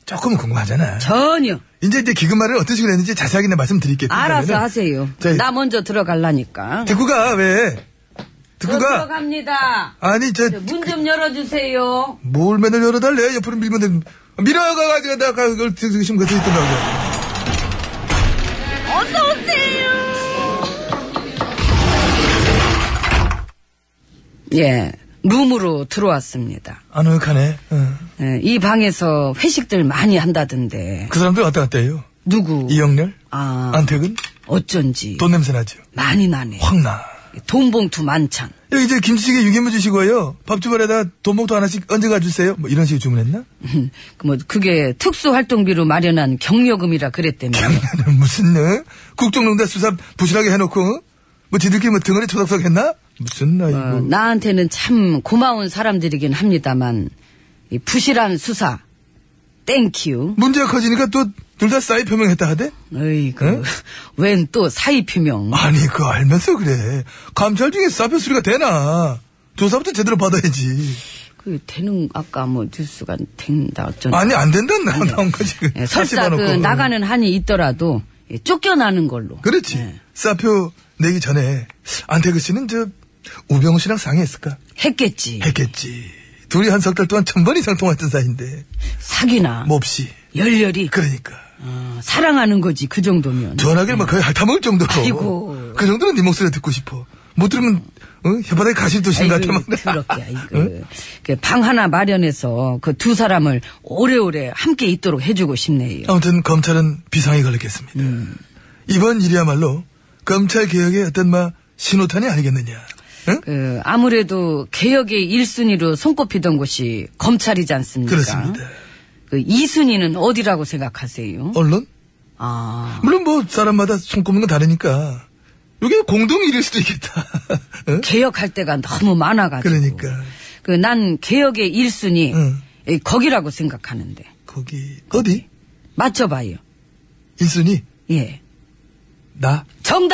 Speaker 4: 조금은 궁금하잖아.
Speaker 2: 전혀
Speaker 4: 이제 이제 기금말을 어떤 식으로 했는지 자세하게 내가 말씀드릴게요.
Speaker 2: 알아서
Speaker 4: 그러면은
Speaker 2: 하세요
Speaker 4: 저희-
Speaker 2: 나 먼저 들어갈라니까
Speaker 4: 듣고 가, 왜? 듣고
Speaker 2: 저
Speaker 4: 가.
Speaker 2: 들어갑니다
Speaker 4: 아니, 저,
Speaker 2: 문 좀 열어주세요
Speaker 4: 뭘 맨날 열어달래? 옆으로 밀면 돼. 밀어가가지고, 나, 아까 그걸 드시면 그것도 있더라고요.
Speaker 2: 예 룸으로 들어왔습니다
Speaker 4: 안 오역하네. 응.
Speaker 2: 예, 이 방에서 회식들 많이 한다던데
Speaker 4: 그 사람들 왔다 갔다 해요.
Speaker 2: 누구
Speaker 4: 이영렬?
Speaker 2: 아
Speaker 4: 안태근?
Speaker 2: 어쩐지
Speaker 4: 돈 냄새 나죠?
Speaker 2: 많이 나네
Speaker 4: 확 나.
Speaker 2: 돈봉투 만찬
Speaker 4: 여기 이제 김치찌개 유기물 주시고요. 밥주머니에다 돈봉투 하나씩 얹어가 주세요. 뭐 이런 식으로 주문했나?
Speaker 2: 그뭐 그게 특수활동비로 마련한 경력금이라 그랬다며
Speaker 4: 무슨, 어? 국정농단 수사 부실하게 해놓고, 어? 뭐 지들끼리 뭐 등어리 초닥석 했나? 무슨, 아이고.
Speaker 2: 어, 나한테는 참 고마운 사람들이긴 합니다만 이 부실한 수사 땡큐
Speaker 4: 문제가 커지니까 또 둘 다 싸이 표명했다 하대?
Speaker 2: 어이구 웬 또 사이 표명
Speaker 4: 아니 그거 알면서 그래 감찰 중에 사표 수리가 되나 조사부터 제대로 받아야지
Speaker 2: 그 되는 아까 뭐 뉴스가 된다 어쩐지
Speaker 4: 아니 안 된다 나 나온 거지 그
Speaker 2: 예,
Speaker 4: 다시
Speaker 2: 설사 그
Speaker 4: 봐놓고.
Speaker 2: 나가는 한이 있더라도 예, 쫓겨나는 걸로 예,
Speaker 4: 그렇지 사표 내기 전에 안태그 씨는 저 우병우 씨랑 상의했을까
Speaker 2: 했겠지
Speaker 4: 했겠지 둘이 한 석 달 동안 천 번 이상 통화했던 사이인데
Speaker 2: 사기나
Speaker 4: 몹시
Speaker 2: 열렬히
Speaker 4: 뭐, 그러니까
Speaker 2: 어, 사랑하는 거지 그 정도면
Speaker 4: 전화기를 막 거의 핥아먹을 정도로
Speaker 2: 아이고.
Speaker 4: 그 정도는 네 목소리 듣고 싶어 못 들으면 어? 혓바닥에 가시 도신 것
Speaker 2: 아이고,
Speaker 4: 같아 막.
Speaker 2: 더럽게, 아이고. 그 방 하나 마련해서 그 두 사람을 오래오래 함께 있도록 해주고 싶네요.
Speaker 4: 아무튼 검찰은 비상이 걸렸겠습니다.
Speaker 2: 음.
Speaker 4: 이번 일이야말로 검찰 개혁의 어떤 막 신호탄이 아니겠느냐. 응?
Speaker 2: 그, 아무래도 개혁의 1순위로 손꼽히던 곳이 검찰이지 않습니까?
Speaker 4: 그렇습니다.
Speaker 2: 그 2순위는 어디라고 생각하세요?
Speaker 4: 언론?
Speaker 2: 아,
Speaker 4: 물론 뭐 사람마다 손꼽는 건 다르니까 이게 공동 일일 수도 있겠다. 응?
Speaker 2: 개혁할 때가 너무 많아가지고.
Speaker 4: 그러니까
Speaker 2: 그, 난 개혁의 1순위,
Speaker 4: 응.
Speaker 2: 거기라고 생각하는데.
Speaker 4: 거기 어디
Speaker 2: 맞춰봐요.
Speaker 4: 일순위
Speaker 2: 예.
Speaker 4: 나.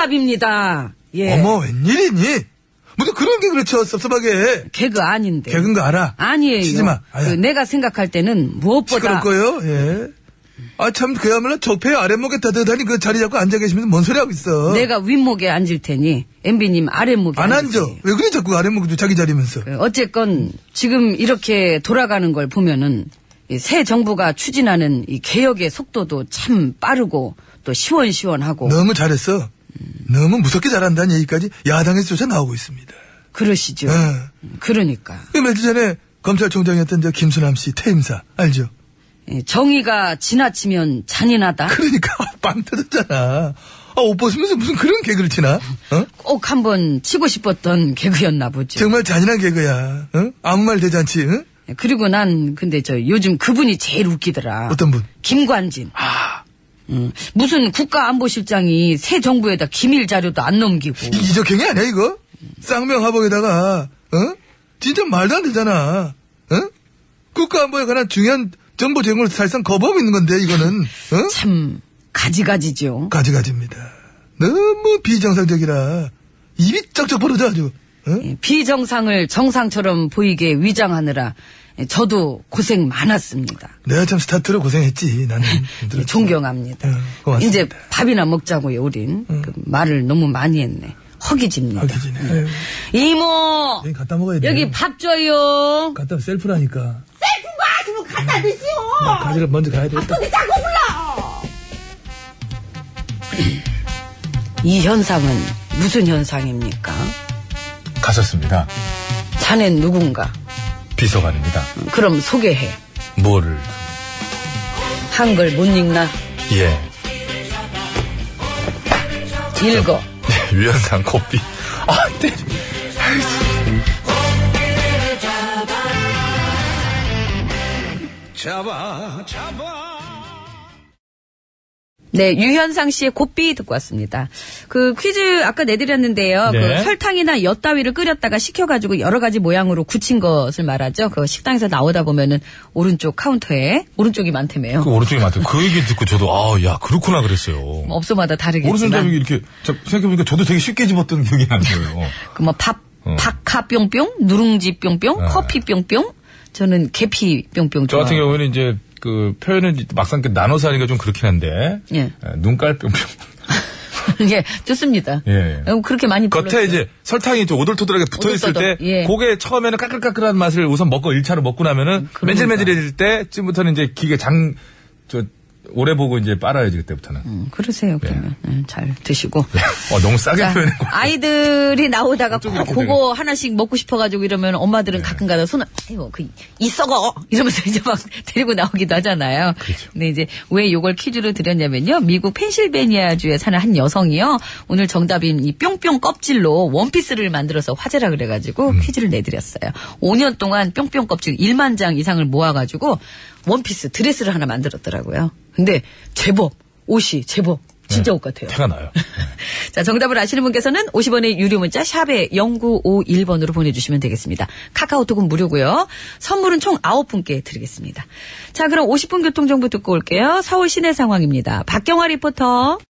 Speaker 2: 정답입니다. 예.
Speaker 4: 어머 웬일이니? 무슨 그런 게 그렇죠 섭섭하게.
Speaker 2: 개그 아닌데.
Speaker 4: 개그인 거 알아?
Speaker 2: 예. 아니에요.
Speaker 4: 치지 마. 아야.
Speaker 2: 그 내가 생각할 때는 무엇보다 음.
Speaker 4: 시끄럽 거요. 예. 아 참 그야말로 적폐 아랫목에 따뜻하니 그 자리 잡고 앉아 계시면서 뭔 소리 하고 있어.
Speaker 2: 내가 윗목에 앉을 테니 MB님 아랫목에
Speaker 4: 안 앉아.
Speaker 2: 앉으세요.
Speaker 4: 왜 그래 자꾸 아랫목에 자기 자리면서.
Speaker 2: 그 어쨌건 지금 이렇게 돌아가는 걸 보면은 이새 정부가 추진하는 이 개혁의 속도도 참 빠르고 또 시원시원하고
Speaker 4: 너무 잘했어. 너무 무섭게 잘한다는 얘기까지 야당에서조차 나오고 있습니다.
Speaker 2: 그러시죠.
Speaker 4: 예.
Speaker 2: 그러니까
Speaker 4: 그 며칠 전에 검찰총장이었던 저 김수남 씨 퇴임사 알죠?
Speaker 2: 예, 정의가 지나치면 잔인하다.
Speaker 4: 그러니까 빵 터졌잖아. 아, 옷 벗으면서 무슨 그런 개그를 치나? 어?
Speaker 2: 꼭 한번 치고 싶었던 개그였나 보죠.
Speaker 4: 정말 잔인한 개그야. 어? 아무 말 대잔치. 응?
Speaker 2: 예, 그리고 난 근데 저 요즘 그분이 제일 웃기더라.
Speaker 4: 어떤 분?
Speaker 2: 김관진.
Speaker 4: 아.
Speaker 2: 음, 무슨 국가안보실장이 새 정부에다 기밀 자료도 안 넘기고
Speaker 4: 이- 이적행위 아니야 이거? 쌍명 하복에다가 어? 진짜 말도 안 되잖아. 어? 국가안보에 관한 중요한 정보 제공을 사실상 거부하고 있는 건데 이거는. 어?
Speaker 2: 참 가지가지죠.
Speaker 4: 그 가지가지입니다. 너무 비정상적이라 입이 쩍쩍 벌어져 아주. 응?
Speaker 2: 예, 비정상을 정상처럼 보이게 위장하느라 예, 저도 고생 많았습니다.
Speaker 4: 내가 참 스타트로 고생했지. 나는
Speaker 2: 예,
Speaker 4: 힘들었지.
Speaker 2: 존경합니다.
Speaker 4: 예, 고맙습니다. 음.
Speaker 2: 이제 밥이나 먹자고요, 우린. 그 말을 너무 많이 했네. 허기집니다.
Speaker 4: 허기지네.
Speaker 2: 예.
Speaker 4: 아유,
Speaker 2: 이모!
Speaker 4: 여기 갖다 먹어야 돼.
Speaker 2: 여기 밥 줘요.
Speaker 4: 갖다 셀프라니까. 뭐 셀프가 아주 갖다 뭐 드시오. 가지를 먼저 가야 되겠다.
Speaker 2: 이 현상은 무슨 현상입니까?
Speaker 3: 갔었습니다.
Speaker 2: 자넨 누군가?
Speaker 3: 비서관입니다.
Speaker 2: 그럼 소개해.
Speaker 3: 뭐를?
Speaker 2: 한글 못 읽나?
Speaker 3: 예.
Speaker 2: 읽어.
Speaker 3: 유현상 네, 코피. 아, 때
Speaker 2: 네, 유현상 씨의 곱비 듣고 왔습니다. 그 퀴즈 아까 내드렸는데요.
Speaker 3: 네.
Speaker 2: 그 설탕이나 엿 따위를 끓였다가 식혀가지고 여러 가지 모양으로 굳힌 것을 말하죠. 그 식당에서 나오다 보면은 오른쪽 카운터에 오른쪽이 많다며요.
Speaker 3: 그 오른쪽이 많대요. 그 얘기 듣고 저도 아, 야, 그렇구나 그랬어요.
Speaker 2: 뭐 업소마다
Speaker 3: 오른손잡이
Speaker 2: 다르겠지만.
Speaker 3: 이렇게 자, 생각해보니까 저도 되게 쉽게 집었던 기억이 나네요.
Speaker 2: 그 뭐 밥,
Speaker 3: 어. 아.
Speaker 2: 박하 뿅뿅, 누룽지 뿅뿅, 커피 뿅뿅. 저는 계피 뿅뿅
Speaker 3: 저
Speaker 2: 좋아.
Speaker 3: 같은 경우에는 이제 그 표현은 막상 그 나눠서 하니까 좀 그렇긴 한데
Speaker 2: 예.
Speaker 3: 에, 눈깔 뿅뿅
Speaker 2: 예, 좋습니다.
Speaker 3: 예.
Speaker 2: 어, 그렇게 많이
Speaker 3: 겉에
Speaker 2: 불렀어요.
Speaker 3: 이제 설탕이 좀 오돌토돌하게 붙어 있을 때
Speaker 2: 오돌토돌, 예.
Speaker 3: 그게 처음에는 까끌까끌한 맛을 우선 먹고 1차로 먹고 나면은
Speaker 2: 그러니까.
Speaker 3: 맨질맨질해질 때쯤부터는 이제 기계 장 저 오래 보고 이제 빨아야지 그때부터는
Speaker 2: 음, 그러세요, 그러면. 예, 잘 드시고.
Speaker 3: 어 너무 싸게
Speaker 2: 자,
Speaker 3: 표현했고
Speaker 2: 그러니까 아이들이 나오다가 꼭
Speaker 3: 이렇게 네.
Speaker 2: 그거 하나씩 먹고 싶어가지고 이러면 엄마들은 가끔가다 손을 아이고 그이 썩어 이러면서 이제 막 데리고 나오기도 하잖아요.
Speaker 3: 그렇죠.
Speaker 2: 근데 이제 왜 요걸 퀴즈로 드렸냐면요. 미국 펜실베니아 주에 사는 한 여성이요. 오늘 정답인 이 뿅뿅 껍질로 원피스를 만들어서 화제라 그래가지고
Speaker 3: 음.
Speaker 2: 퀴즈를 내드렸어요. 5년 동안 뿅뿅 껍질 1만 장 이상을 모아가지고 원피스 드레스를 하나 만들었더라고요. 근데 제법 옷이 제법
Speaker 3: 네.
Speaker 2: 진짜 옷 같아요.
Speaker 3: 태가 나요.
Speaker 2: 자, 정답을 아시는 분께서는 50원의 유료 문자 샵에 0951번으로 보내주시면 되겠습니다. 카카오톡은 무료고요. 선물은 총 9분께 드리겠습니다. 자, 그럼 50분 교통정보 듣고 올게요. 서울 시내 상황입니다. 박경화 리포터.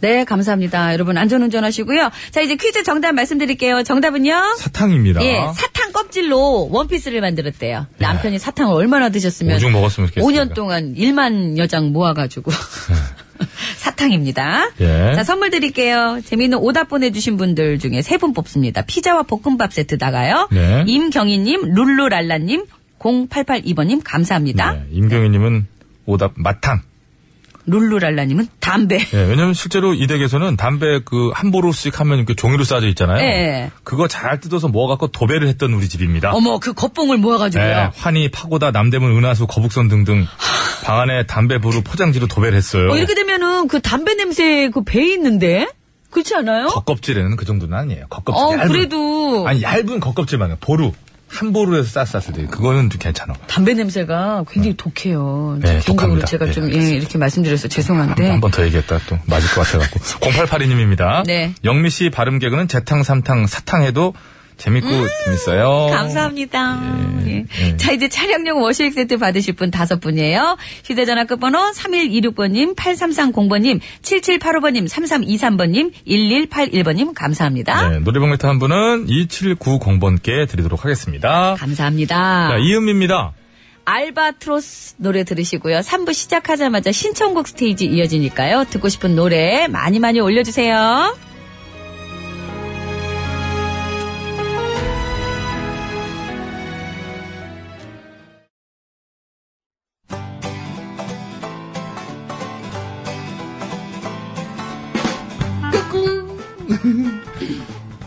Speaker 2: 네, 감사합니다. 여러분 안전운전 하시고요. 자, 이제 퀴즈 정답 말씀드릴게요. 정답은요?
Speaker 3: 사탕입니다. 네, 예.
Speaker 2: 예, 사탕 껍질로 원피스를 만들었대요. 남편이 사탕을 얼마나 드셨으면
Speaker 3: 오죽 먹었으면 좋겠어요.
Speaker 2: 5년 동안 1만 여장 모아가지고 사탕입니다.
Speaker 3: 예.
Speaker 2: 자 선물 드릴게요. 재미있는 오답 보내주신 분들 중에 세 분 뽑습니다. 피자와 볶음밥 세트 나가요.
Speaker 3: 네.
Speaker 2: 임경희님, 룰루랄라님, 0882번님 감사합니다.
Speaker 3: 네, 임경희님은 오답 마탕.
Speaker 2: 룰루랄라님은 담배.
Speaker 3: 예, 왜냐면 실제로 이 댁에서는 담배 그 한 보루씩 하면 그 종이로 싸져 있잖아요.
Speaker 2: 예.
Speaker 3: 그거 잘 뜯어서 모아갖고 도배를 했던 우리 집입니다.
Speaker 2: 어머 그 겉봉을
Speaker 3: 예,
Speaker 2: 모아가지고요.
Speaker 3: 환희, 파고다, 남대문, 은하수, 거북선 등등 방 안에 담배 보루 포장지로 도배를 했어요.
Speaker 2: 어, 이렇게 되면은 그 담배 냄새 그 배에 있는데 그렇지 않아요?
Speaker 3: 겉껍질에는 그 정도는 아니에요. 겉껍질.
Speaker 2: 어
Speaker 3: 얇은-
Speaker 2: 그래도
Speaker 3: 아니 얇은 겉껍질만 보루 한 보루에서 쌌었을 때 그거는 좀 괜찮아.
Speaker 2: 담배 냄새가 굉장히 독해요.
Speaker 3: 네,
Speaker 2: 개인적으로
Speaker 3: 독합니다.
Speaker 2: 제가
Speaker 3: 예,
Speaker 2: 좀 예,
Speaker 3: 알겠습니다. 네,
Speaker 2: 이렇게 말씀드려서
Speaker 3: 한
Speaker 2: 죄송한데
Speaker 3: 번 더 얘기했다 또 맞을 것 같아갖고 0882님입니다.
Speaker 2: 네.
Speaker 3: 영미 씨 발음 개그는 재탕 삼탕 사탕해도 재밌고 재밌어요.
Speaker 2: 감사합니다. 예.
Speaker 3: 예.
Speaker 2: 자, 이제 차량용 워시액 세트 받으실 분 다섯 분이에요. 휴대전화 끝번호 3126번님, 8330번님, 7785번님, 3323번님, 1181번님, 감사합니다.
Speaker 3: 네, 노래방 메타 한 분은 2790번께 드리도록 하겠습니다.
Speaker 2: 감사합니다.
Speaker 3: 자, 이은미입니다.
Speaker 2: 알바트로스 노래 들으시고요. 3부 시작하자마자 신청곡 스테이지 이어지니까요. 듣고 싶은 노래 많이 많이 올려주세요.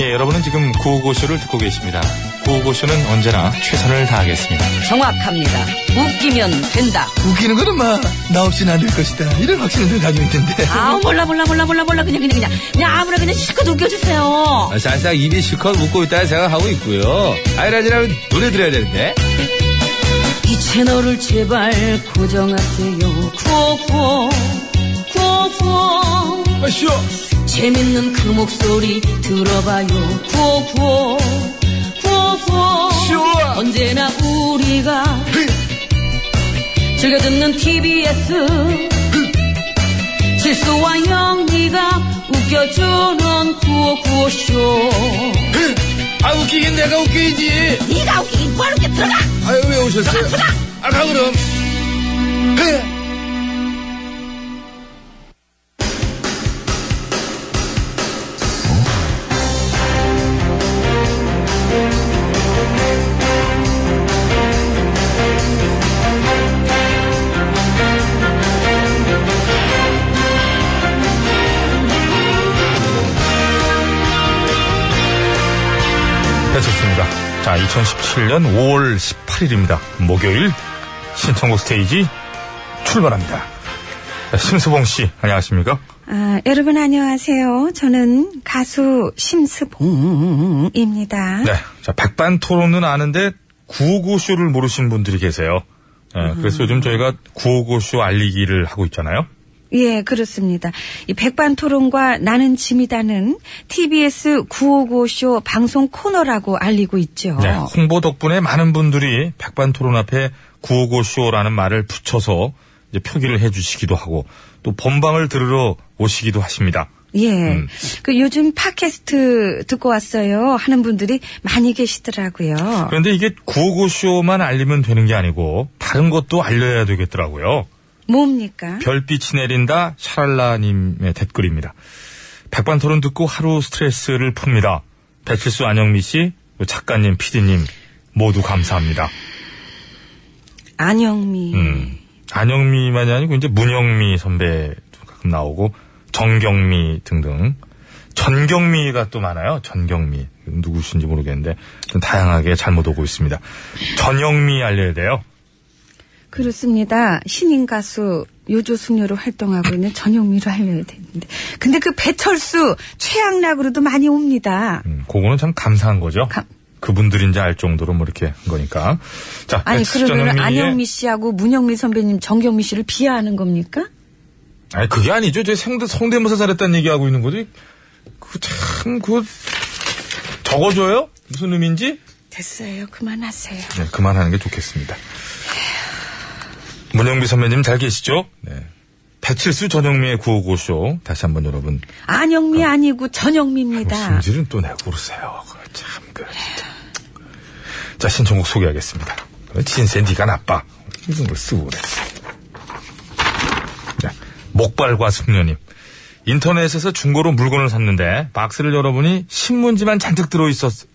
Speaker 3: 예, 여러분은 지금 구호고쇼를 듣고 계십니다. 구호고쇼는 언제나 최선을 다하겠습니다.
Speaker 2: 정확합니다. 웃기면 된다.
Speaker 4: 웃기는 거는 막나 없이는 안 될 것이다. 이런 확신을 늘 가지고 있던데.
Speaker 2: 아 몰라 몰라 몰라 몰라 몰라 그냥 그냥 그냥 그냥 아무나 그냥 실컷 웃겨주세요.
Speaker 3: 아, 살짝 입이 실컷 웃고 있다는 생각하고 있고요. 아이라지라면 노래 들어야 되는데.
Speaker 2: 이 채널을 제발 고정하세요. 구호구호 구호구호
Speaker 3: 아쇼!
Speaker 2: 재밌는 그 목소리 들어봐요. 구호구호 구호구호 언제나 우리가 즐겨 듣는 TBS 실수와 영리가 웃겨주는 구호구호쇼
Speaker 3: 아, 웃기긴 내가 웃기지.
Speaker 2: 네가 웃기긴 바로 이렇게 들어가
Speaker 3: 아유, 왜 오셨어요? 아, 가, 그럼. 네, 좋습니다. 자, 2017년 5월 18일입니다. 목요일 신청곡 스테이지 출발합니다. 자, 심수봉 씨, 안녕하십니까?
Speaker 8: 아, 여러분 안녕하세요. 저는 가수 심스봉입니다.
Speaker 3: 네. 자, 백반 토론은 아는데 955쇼를 모르신 분들이 계세요. 예, 그래서 요즘 저희가 955쇼 알리기를 하고 있잖아요.
Speaker 8: 예, 그렇습니다. 이 백반토론과 나는 짐이다는 TBS 955쇼 방송 코너라고 알리고 있죠.
Speaker 3: 네, 홍보 덕분에 많은 분들이 백반 토론 앞에 955쇼라는 말을 붙여서 이제 표기를 해주시기도 하고 또 본방을 들으러 오시기도 하십니다.
Speaker 8: 예.
Speaker 3: 음.
Speaker 8: 그 요즘 팟캐스트 듣고 왔어요 하는 분들이 많이 계시더라고요.
Speaker 3: 그런데 이게 955쇼만 알리면 되는 게 아니고 다른 것도 알려야 되겠더라고요.
Speaker 8: 뭡니까?
Speaker 3: 별빛이 내린다 샤랄라님의 댓글입니다. 백반토론 듣고 하루 스트레스를 풉니다. 배칠수 안영미 씨, 작가님, 피디님 모두 감사합니다.
Speaker 8: 안영미.
Speaker 3: 음, 안영미만이 아니고 이제 문영미 선배도 가끔 나오고 정경미 등등 전경미가 또 많아요. 전경미 누구신지 모르겠는데 좀 다양하게 잘못 오고 있습니다. 전영미 알려야 돼요.
Speaker 8: 그렇습니다. 신인 가수 요조 숙녀로 활동하고 있는 전영미로 알려야 되는데. 근데 그 배철수 최악락으로도 많이 옵니다.
Speaker 3: 음, 그거는 참 감사한 거죠.
Speaker 8: 감-
Speaker 3: 그분들인지 알 정도로 뭐 이렇게 한 거니까. 자,
Speaker 8: 아니
Speaker 3: 백수
Speaker 8: 그러면
Speaker 3: 전영미의-
Speaker 8: 안영미 씨하고 문영미 선배님, 정경미 씨를 비하하는 겁니까?
Speaker 3: 아니 그게 아니죠. 저 성대 성대모사 잘했다는 얘기하고 있는 거지. 그참그 적어줘요? 무슨 의미인지?
Speaker 8: 됐어요. 그만하세요.
Speaker 3: 네, 그만하는 게 좋겠습니다. 문영비 선배님 잘 계시죠? 네. 배칠수 전영미의 구호고쇼 다시 한번 여러분
Speaker 8: 안영미 아니고 전영미입니다.
Speaker 3: 승질은 뭐 또 내고 그러세요. 그걸 참 그. 진짜. 자 신청곡 소개하겠습니다. 진세 니가 나빠 이런 걸 쓰고 그래. 자, 목발과 숙녀님. 인터넷에서 중고로 물건을 샀는데 박스를 열어보니 신문지만 잔뜩 들어있었.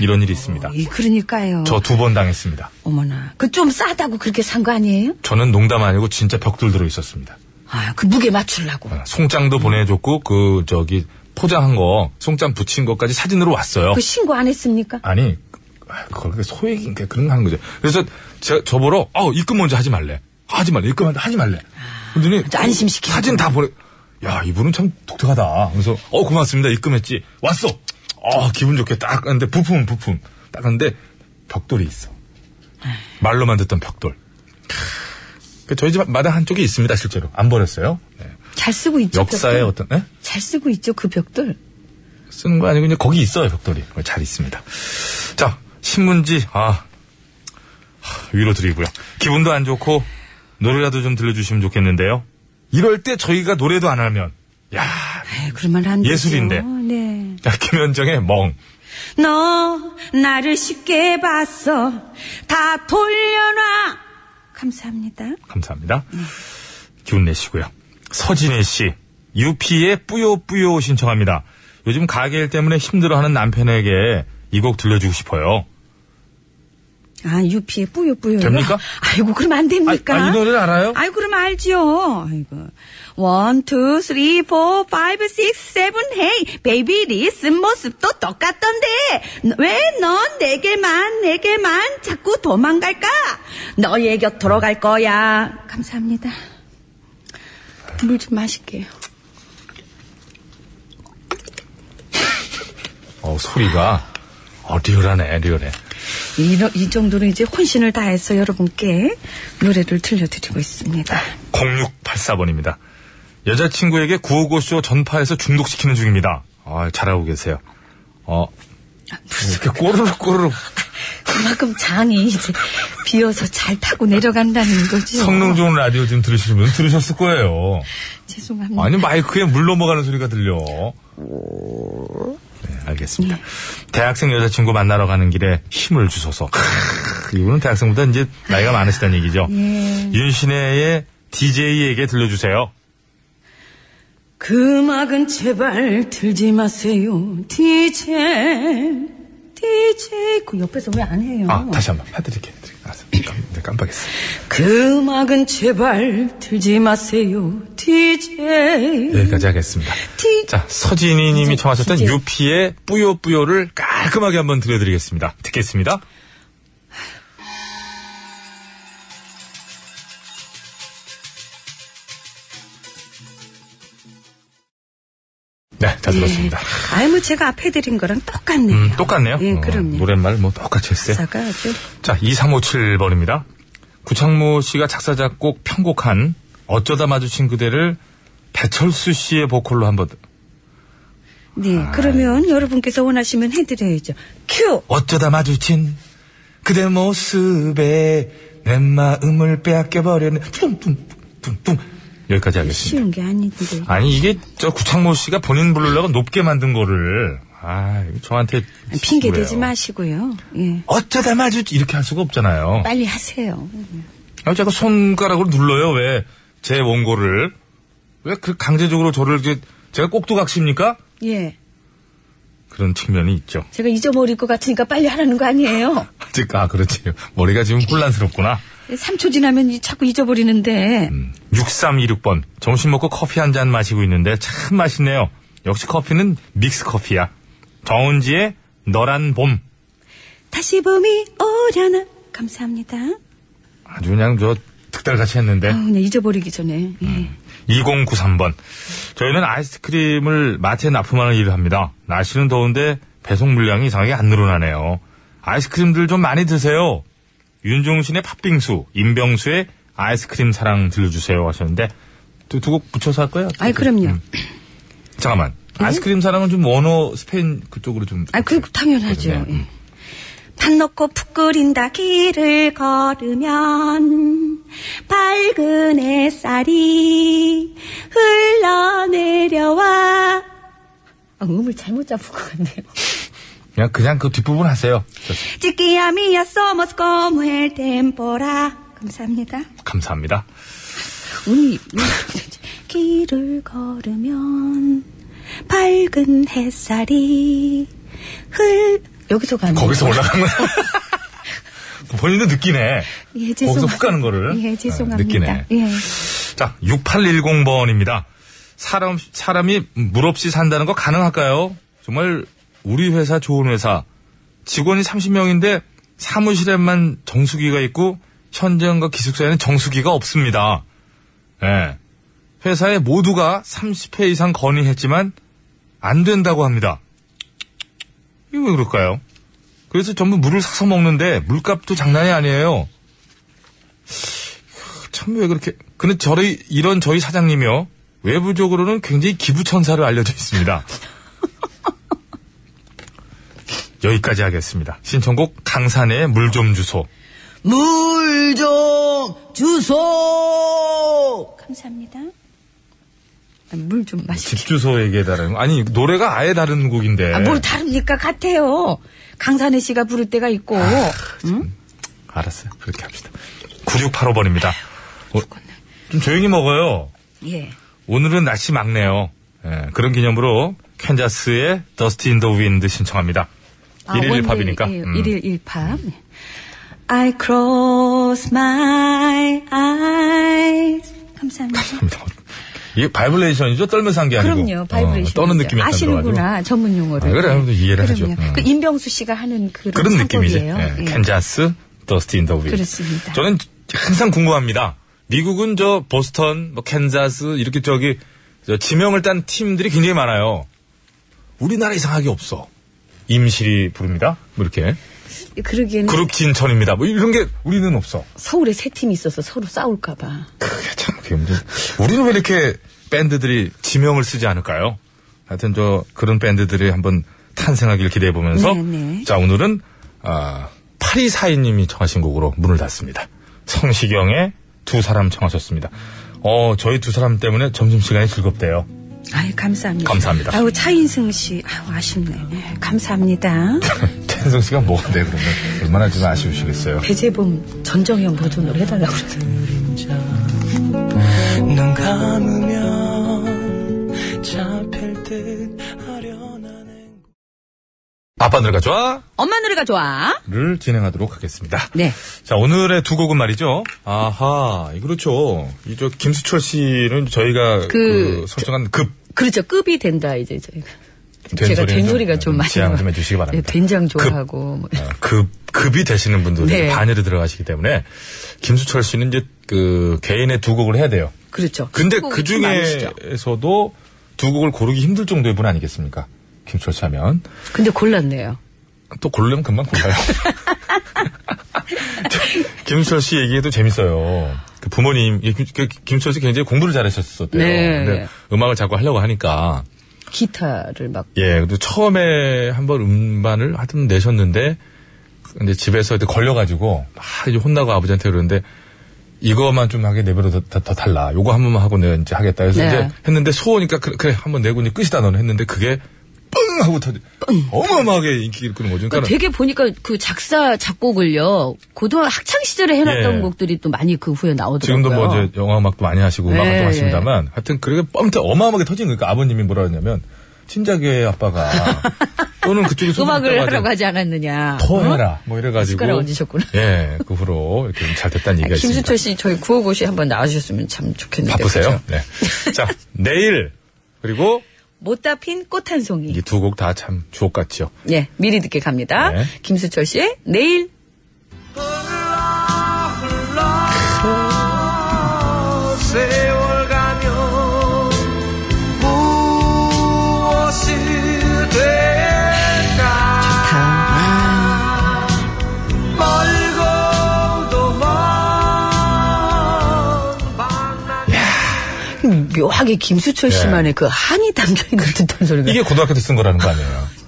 Speaker 3: 이런 일이 있습니다.
Speaker 8: 어, 이 그러니까요.
Speaker 3: 저 두 번 당했습니다.
Speaker 8: 어머나. 그 좀 싸다고 그렇게 산 거 아니에요?
Speaker 3: 저는 농담 아니고 진짜 벽돌 들어 있었습니다.
Speaker 8: 아, 그 무게 맞추려고.
Speaker 3: 어. 송장도 보내줬고 그 저기 포장한 거 송장 붙인 것까지 사진으로 왔어요.
Speaker 8: 그 신고 안 했습니까?
Speaker 3: 아니 그- 아, 그걸 그 소액인 게 그런 거 하는 거죠. 그래서 제 저보러 어 입금 먼저 하지 말래. 하지 말래. 입금 하지 말래. 그러더니
Speaker 8: 아, 좀 안심시키는
Speaker 3: 사진 다 보내. 야 이분은 참 독특하다. 그래서 어 고맙습니다. 입금했지. 왔어. 어 기분 좋게 딱 근데 부품 부품 딱 근데 벽돌이 있어. 말로만 듣던 벽돌. 그 저희 집 마당 한쪽에 있습니다 실제로 안 버렸어요. 네.
Speaker 8: 잘 쓰고 있죠.
Speaker 3: 역사의
Speaker 8: 벽돌?
Speaker 3: 어떤 네?
Speaker 8: 잘 쓰고 있죠. 그 벽돌.
Speaker 3: 쓰는 거 아니고 이제 거기 있어요 벽돌이 그거 잘 있습니다. 자 신문지 아 하, 위로 드리고요. 기분도 안 좋고 노래라도 좀 들려주시면 좋겠는데요. 이럴 때 저희가 노래도 안 하면 야,
Speaker 8: 에 네, 그러면 안 되죠.
Speaker 3: 예술인데.
Speaker 8: 네.
Speaker 3: 야 김현정의 멍.
Speaker 8: 너 나를 쉽게 봤어. 다 돌려놔. 감사합니다.
Speaker 3: 감사합니다. 기운 내시고요. 서진혜 씨, 유피의 뿌요뿌요 신청합니다. 요즘 가게일 때문에 힘들어하는 남편에게 이 곡 들려주고 싶어요.
Speaker 8: 아, 유피의 뿌요뿌요.
Speaker 3: 됩니까?
Speaker 8: 아이고, 그럼 안 됩니까?
Speaker 3: 아, 이 노래를 알아요?
Speaker 8: 아이 그럼 알지요. 아이고. 원, 투, 쓰리, 포, 파이브, 식스, 세븐, 헤이. 베이비 리슨 모습도 똑같던데. 왜 넌 내게만, 내게만 자꾸 도망갈까? 너의 곁으로 갈 거야. 감사합니다. 물 좀 마실게요.
Speaker 3: 어, 소리가, 어, 리얼하네, 리얼해.
Speaker 8: 이, 이 정도로 이제 혼신을 다해서 여러분께 노래를 들려드리고 있습니다.
Speaker 3: 0684번입니다. 여자친구에게 구호고쇼 전파해서 중독시키는 중입니다. 아, 잘하고 계세요. 어, 이렇게 꼬르륵 꼬르륵
Speaker 8: 그만큼 장이 이제 비어서 잘 타고 내려간다는 거지.
Speaker 3: 성능 좋은 라디오 지금 들으시는 분 들으셨을 거예요.
Speaker 8: 죄송합니다.
Speaker 3: 아니 마이크에 물 넘어가는 소리가 들려. 네, 알겠습니다. 대학생 여자친구 만나러 가는 길에 힘을 주소서. 크으, 이분은 대학생보다 이제 나이가 많으시다는 얘기죠. 윤신혜의 DJ에게 들려주세요.
Speaker 8: 그 음악은 제발 들지 마세요. DJ, DJ. 그 옆에서 왜 안 해요?
Speaker 3: 아 다시 한번 해드릴게요. 해드릴게요. 알았어. 깜- 네, 깜빡했어.
Speaker 8: 그 음악은 제발 들지 마세요. DJ.
Speaker 3: 여기까지 하겠습니다.
Speaker 8: 티-
Speaker 3: 자 서진희님이 청하셨던
Speaker 8: 진짜.
Speaker 3: 유피의 뿌요뿌요를 깔끔하게 한번 들려드리겠습니다. 듣겠습니다. 네,
Speaker 8: 예.
Speaker 3: 잘 들었습니다.
Speaker 8: 아이, 뭐 제가 앞에 드린 거랑 똑같네요.
Speaker 3: 음, 똑같네요.
Speaker 8: 예,
Speaker 3: 어,
Speaker 8: 그럼요.
Speaker 3: 노랫말 뭐 똑같이 했어요.
Speaker 8: 가사가 아주
Speaker 3: 자, 2357번입니다. 구창모 씨가 작사, 작곡, 편곡한 어쩌다 마주친 그대를 배철수 씨의 보컬로 한번
Speaker 8: 네,
Speaker 3: 아,
Speaker 8: 그러면 여러분께서 원하시면 해드려야죠. 큐!
Speaker 3: 어쩌다 마주친 그대 모습에 내 마음을 빼앗겨버렸네. 뚱뚱뚱뚱. 여기까지 하겠습니다.
Speaker 8: 쉬운 게 아닌데.
Speaker 3: 아니, 이게 저 구창모 씨가 본인 부르려고 높게 만든 거를. 아, 이거 저한테.
Speaker 8: 핑계
Speaker 3: 그래요.
Speaker 8: 대지 마시고요. 예.
Speaker 3: 어쩌다 마주친. 이렇게 할 수가 없잖아요.
Speaker 8: 빨리 하세요.
Speaker 3: 아, 자꾸 손가락으로 눌러요, 왜. 제 원고를. 왜 그 강제적으로 저를 이제, 제가 꼭두각시입니까?
Speaker 8: 예.
Speaker 3: 그런 측면이 있죠.
Speaker 8: 제가 잊어버릴 것 같으니까 빨리 하라는 거 아니에요.
Speaker 3: 아직, 아, 그렇지. 머리가 지금 혼란스럽구나.
Speaker 8: 3초 지나면 이- 자꾸 잊어버리는데.
Speaker 3: 음. 6326번. 점심 먹고 커피 한 잔 마시고 있는데 참 맛있네요. 역시 커피는 믹스 커피야. 정은지의 너란 봄.
Speaker 8: 다시 봄이 오려나. 감사합니다.
Speaker 3: 아주 그냥 저 특달같이 했는데.
Speaker 8: 아, 그냥 잊어버리기 전에. 예.
Speaker 3: 음. 2093번. 저희는 아이스크림을 마트에 납품하는 일을 합니다. 날씨는 더운데 배송 물량이 이상하게 안 늘어나네요. 아이스크림들 좀 많이 드세요. 윤종신의 팥빙수, 임병수의 아이스크림 사랑 들려주세요 하셨는데 두 곡 붙여서 할 거예요? 음.
Speaker 8: 아이, 그럼요. 네?
Speaker 3: 잠깐만. 아이스크림 사랑은 좀 원어 스페인 그쪽으로 좀.
Speaker 8: 아, 그, 당연하죠.
Speaker 3: 네,
Speaker 8: 예.
Speaker 3: 음.
Speaker 8: 팥 넣고 푹 끓인다 길을 걸으면 밝은 햇살이 흘러내려와 아, 음을 잘못 잡은 것 같네요.
Speaker 3: 그냥, 그냥 그 뒷부분 하세요. 좋습니다.
Speaker 8: 찌끼야 미야 써머스 como el temporal. 감사합니다.
Speaker 3: 감사합니다.
Speaker 8: 음. 운이 길을 걸으면 밝은 햇살이 흘 여기서 가는
Speaker 3: 거기서 올라간 거야. 본인도 느끼네.
Speaker 8: 예, 죄송합니다.
Speaker 3: 거기서 훅 가는 거를.
Speaker 8: 예, 죄송합니다.
Speaker 3: 아, 느끼네.
Speaker 8: 예.
Speaker 3: 자, 6810번입니다. 사람, 사람이 물 없이 산다는 거 가능할까요? 정말 우리 회사 좋은 회사. 직원이 30명인데 사무실에만 정수기가 있고 현장과 기숙사에는 정수기가 없습니다. 예. 회사에 모두가 30회 이상 건의했지만 안 된다고 합니다. 이거 왜 그럴까요? 그래서 전부 물을 사서 먹는데 물값도 장난이 아니에요. 참 왜 그렇게 근데 저희 이런 저희 사장님이요 외부적으로는 굉장히 기부천사로 알려져 있습니다. 여기까지 하겠습니다. 신청곡 강산의 물 좀 주소.
Speaker 2: 물 좀 주소.
Speaker 8: 감사합니다. 물 좀 마시게.
Speaker 3: 집 주소 얘기해 달라는 거. 아니 노래가 아예 다른 곡인데.
Speaker 8: 아, 뭘 다릅니까? 같아요. 강산혜 씨가 부를 때가 있고.
Speaker 3: 아,
Speaker 8: 아,
Speaker 3: 알았어요. 그렇게 합시다. 9685번입니다. 좀 조용히 먹어요.
Speaker 8: 예.
Speaker 3: 오늘은 날씨 막네요. 예, 그런 기념으로 캔자스의 더스티 인 더 윈드 신청합니다.
Speaker 8: 아,
Speaker 3: 1일 1팝이니까. 음.
Speaker 8: 원데이, 예, 일일 일팝. 예. I close my eyes. 감사합니다.
Speaker 3: 이게 바이블레이션이죠? 떨면서 한 게 아니고.
Speaker 8: 그럼요. 바이브레이션.
Speaker 3: 어, 떠는 느낌이 약간 들어가지고.
Speaker 8: 아시는구나. 전문 용어를.
Speaker 3: 아, 그래, 아무튼 이해를
Speaker 8: 그럼요.
Speaker 3: 하죠. 음.
Speaker 8: 그 임병수 씨가 하는 그런
Speaker 3: 그런 느낌이지.
Speaker 8: 창법이에요.
Speaker 3: 예,
Speaker 8: 예.
Speaker 3: 캔자스, 더스티 인더 윈드.
Speaker 8: 그렇습니다.
Speaker 3: 저는 항상 궁금합니다. 미국은 저 보스턴, 뭐 캔자스 이렇게 저기 저 지명을 딴 팀들이 굉장히 많아요. 우리나라 이상하게 없어. 임실이 부릅니다. 뭐
Speaker 8: 네.
Speaker 3: 이렇게
Speaker 8: 그러기에는
Speaker 3: 그룹 진천입니다. 뭐 이런 게 우리는 없어.
Speaker 8: 서울에 세 팀이 있어서 서로 싸울까 봐.
Speaker 3: 그게 참 그게 문제. 우리는 왜 이렇게 밴드들이 지명을 쓰지 않을까요? 하여튼 저 그런 밴드들이 한번 탄생하길 기대해 보면서
Speaker 8: 네, 네.
Speaker 3: 자 오늘은 아 파리사이님이 청하신 곡으로 문을 닫습니다. 성시경의 두 사람 청하셨습니다. 어 저희 두 사람 때문에 점심 시간이 즐겁대요.
Speaker 8: 아유 감사합니다.
Speaker 3: 감사합니다.
Speaker 8: 아유 차인승 씨, 아유 아쉽네. 예, 감사합니다.
Speaker 3: 태성 씨가 뭐가 돼 그러면 얼마나 좀 아쉬우시겠어요.
Speaker 8: 배재범 전정현 버전으로 해달라고 그랬어요.
Speaker 5: 눈 감으면 잡힐 듯 아련한 행
Speaker 3: 아빠 노래가 좋아를
Speaker 2: 엄마 노래가 좋아.
Speaker 3: 진행하도록 하겠습니다.
Speaker 2: 네.
Speaker 3: 자, 오늘의 두 곡은 말이죠. 아하, 이 그렇죠. 이 저 김수철 씨는 저희가 그,
Speaker 2: 그
Speaker 3: 설정한 급.
Speaker 2: 그렇죠. 급이 된다, 이제 저희가. 제가
Speaker 3: 된소리는
Speaker 2: 된소리가 좀 많이.
Speaker 3: 지양 좀
Speaker 2: 나와요.
Speaker 3: 해주시기 바랍니다.
Speaker 2: 네, 된장 좋아하고. 뭐.
Speaker 3: 어, 급, 급이 되시는 분들이
Speaker 2: 네.
Speaker 3: 반열에 들어가시기 때문에 김수철 씨는 이제 그 개인의 두 곡을 해야 돼요.
Speaker 2: 그렇죠.
Speaker 3: 근데
Speaker 2: 한국이
Speaker 3: 그
Speaker 2: 좀 많으시죠.
Speaker 3: 중에서도 두 곡을 고르기 힘들 정도의 분 아니겠습니까? 김철 씨 하면.
Speaker 2: 근데 골랐네요.
Speaker 3: 또 고르려면 금방 골라요. 김수철 씨 얘기해도 재밌어요. 그 부모님, 이 김- 그 김수철 씨 굉장히 공부를 잘하셨었대요.
Speaker 2: 네.
Speaker 3: 근데 음악을 자꾸 하려고 하니까.
Speaker 2: 기타를 막.
Speaker 3: 예, 그래도 처음에 한번 음반을 하여튼 내셨는데, 근데 집에서 이제 걸려가지고, 막 이제 혼나고 아버지한테 그러는데, 이거만 좀 하게 내버려 더, 더, 더 달라. 요거 한 번만 하고 내가 이제 하겠다. 그래서
Speaker 2: 네.
Speaker 3: 이제 했는데 소오니까 그래, 그래, 한 번 내고 이제 끝이다 너는 했는데 그게 뻥! 하고 터지. 어마어마하게 인기를 끄는 거죠.
Speaker 2: 그러니까
Speaker 3: 그러니까
Speaker 2: 되게 보니까 그 작사, 작곡을요. 고등학 학창 시절에 해놨던
Speaker 3: 예.
Speaker 2: 곡들이 또 많이 그 후에 나오더라고요.
Speaker 3: 지금도 뭐 이제 영화 음악도 많이 하시고 음악
Speaker 2: 예,
Speaker 3: 활동 하십니다만 하여튼 그렇게 뻔트 어마어마하게 터진 거니까 아버님이 뭐라 그러냐면 친자교의 아빠가 또는 그쪽에서
Speaker 2: 음악을
Speaker 3: 웃다가
Speaker 2: 하라고
Speaker 3: 이제
Speaker 2: 하지 않았느냐.
Speaker 3: 더
Speaker 2: 어?
Speaker 3: 해라 뭐 이래가지고
Speaker 2: 숟가락 얹으셨구나.
Speaker 3: 예, 그 후로 이렇게 좀잘 됐다는
Speaker 2: 아,
Speaker 3: 얘기가 있습니다.
Speaker 2: 김수철 씨 저희 구호고시 한번 나와주셨으면 참 좋겠는데. 그렇죠?
Speaker 3: 바쁘세요?
Speaker 2: 그죠?
Speaker 3: 네. 자 내일 그리고
Speaker 2: 못다 핀 꽃 한 송이.
Speaker 3: 이 두 곡 다 참 주옥 같죠.
Speaker 2: 예, 미리 듣게 갑니다.
Speaker 3: 네.
Speaker 2: 김수철 씨의 내일
Speaker 5: 세월 가면 무엇이 될까 멀고도 먼 방랑
Speaker 2: 묘하게
Speaker 3: 네.
Speaker 2: 김수철 씨만의 그 한이 담겨 있는 듯한 소리가.
Speaker 3: 이게 고등학교 때 쓴 거라는 거 아니에요?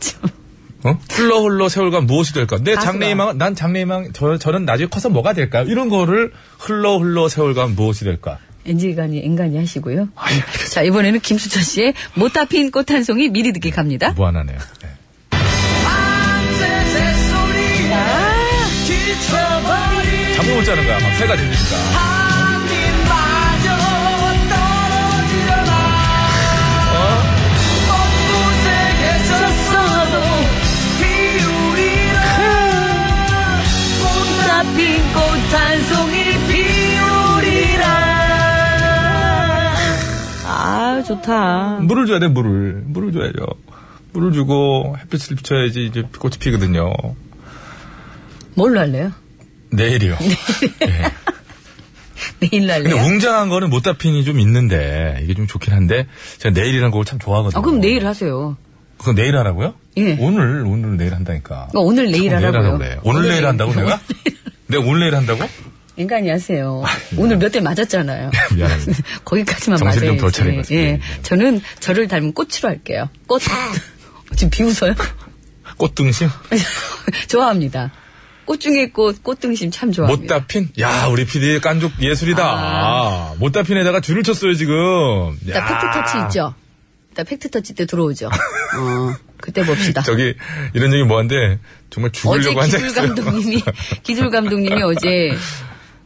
Speaker 3: 어? 훌러 훌러 세월과 무엇이 될까? 내 장래희망, 난 장래희망, 저, 저는 나중에 커서 뭐가 될까요? 이런 거를 흘러 흘러 세월과 무엇이 될까?
Speaker 2: 엔지간이 엔간이 하시고요. 자 이번에는 김수철 씨의 못다 핀 꽃 한 송이 미리 듣게 갑니다.
Speaker 3: 무한하네요. 네.
Speaker 5: 새새 소리가 지쳐버린
Speaker 3: 잠을 못 자는 거야. 막 새가 들리니까.
Speaker 5: 한입마저 떨어지려나 먼 곳에 계셨어도 비우리라
Speaker 2: 못다 핀 꽃 한 송이 비우리라. 아 좋다.
Speaker 3: 물을 줘야 돼, 물을. 물을 줘야죠. 물을 주고 햇빛을 비춰야지 이제 꽃이 피거든요.
Speaker 2: 뭘로 할래요?
Speaker 3: 내일이요.
Speaker 2: 네.
Speaker 3: 예.
Speaker 2: 내일
Speaker 3: 근데
Speaker 2: 할래요?
Speaker 3: 웅장한 거는 못다핀이 좀 있는데 이게 좀 좋긴 한데 제가 내일이라는 곡을 참 좋아하거든요.
Speaker 2: 아 그럼 내일 하세요.
Speaker 3: 그거 내일 하라고요?
Speaker 2: 예.
Speaker 3: 오늘, 오늘 내일 한다니까.
Speaker 2: 그러니까 오늘 내일
Speaker 3: 오늘
Speaker 2: 하라고요.
Speaker 3: 그래. 오늘 내일 한다고 내가? 내가 오늘 내일
Speaker 2: 네.
Speaker 3: 한다고?
Speaker 2: 인간이 하세요. 오늘 몇 대 맞았잖아요.
Speaker 3: 미안합니다.
Speaker 2: 거기까지만 맞아요.
Speaker 3: 정신 좀덜 차린 것 같습니다.
Speaker 2: 예. 저는 저를 닮은 꽃으로 할게요. 꽃. 지금 비웃어요?
Speaker 3: 꽃등심?
Speaker 2: 좋아합니다. 꽃 중에 꽃, 꽃등심 참 좋아합니다.
Speaker 3: 못다핀? 야, 우리 PD 깐족 예술이다.
Speaker 2: 아.
Speaker 3: 못다핀에다가 줄을 쳤어요, 지금.
Speaker 2: 일단 팩트터치
Speaker 3: 아.
Speaker 2: 있죠? 일단 팩트터치 때 들어오죠? 어, 그때 봅시다.
Speaker 3: 저기, 이런 얘기 뭐한데, 정말
Speaker 2: 어제
Speaker 3: 죽으려고 한적
Speaker 2: 기술
Speaker 3: 있어요.
Speaker 2: 감독님이, 기술 감독님이 어제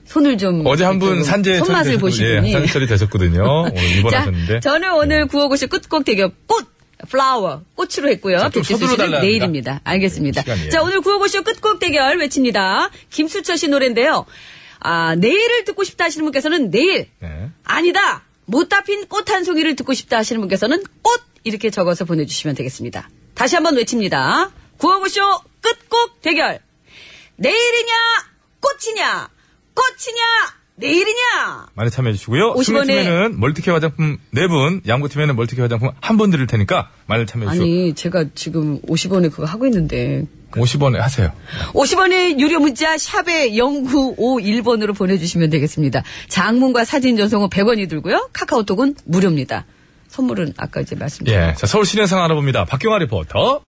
Speaker 8: 손을 좀
Speaker 3: 어제 한 분
Speaker 8: 이렇게
Speaker 3: 산재
Speaker 8: 그 손맛을
Speaker 3: 처리
Speaker 8: 보시더니
Speaker 3: 예, 산재 처리 되셨거든요. 오늘
Speaker 8: 자,
Speaker 3: 입원하셨는데. 예.
Speaker 8: 저는 오늘 구호고시 끝곡 대결 꽃! 플라워 꽃으로 했고요.
Speaker 3: 자, 좀
Speaker 8: 백지수
Speaker 3: 서두르
Speaker 8: 씨는
Speaker 3: 달라 합니다. 네,
Speaker 8: 내일입니다. 알겠습니다.
Speaker 3: 시간이에요.
Speaker 8: 자 오늘 구호고쇼 끝곡 대결 외칩니다. 김수철 씨 노래인데요. 아 내일을 듣고 싶다 하시는 분께서는 내일
Speaker 3: 네.
Speaker 8: 아니다 못다 핀 꽃 한 송이를 듣고 싶다 하시는 분께서는 꽃 이렇게 적어서 보내주시면 되겠습니다. 다시 한번 외칩니다. 구호고쇼 끝곡 대결 내일이냐 꽃이냐 꽃이냐 내일이냐
Speaker 3: 많이 참여해주시고요.
Speaker 8: 50 원에-
Speaker 3: 승리팀에는 멀티케어 화장품 4분, 양보팀에는 멀티케어 화장품 한 분 드릴 테니까 많이 참여해주시고.
Speaker 8: 아니 제가 지금 50원에 그거 하고 있는데
Speaker 3: 50원에 하세요.
Speaker 8: 50원의 유료 문자 샵에 0951번으로 보내주시면 되겠습니다. 장문과 사진 전송은 100원이 들고요. 카카오톡은 무료입니다. 선물은 아까 이제 말씀드렸죠.
Speaker 3: 예. 자, 서울 시내 상황 알아봅니다. 박경아 리포터.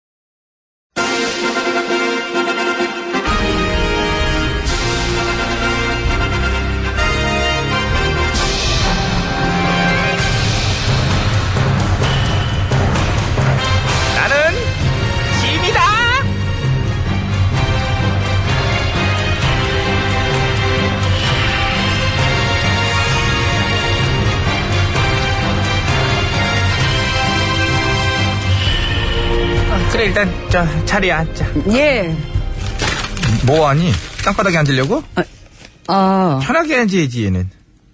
Speaker 5: 나는 그, 짐이다.
Speaker 4: 그래 일단 저 자리에 앉자
Speaker 8: 예.
Speaker 4: 뭐하니? 땅바닥에 앉으려고?
Speaker 8: 아,
Speaker 4: 편하게 앉아야지 얘는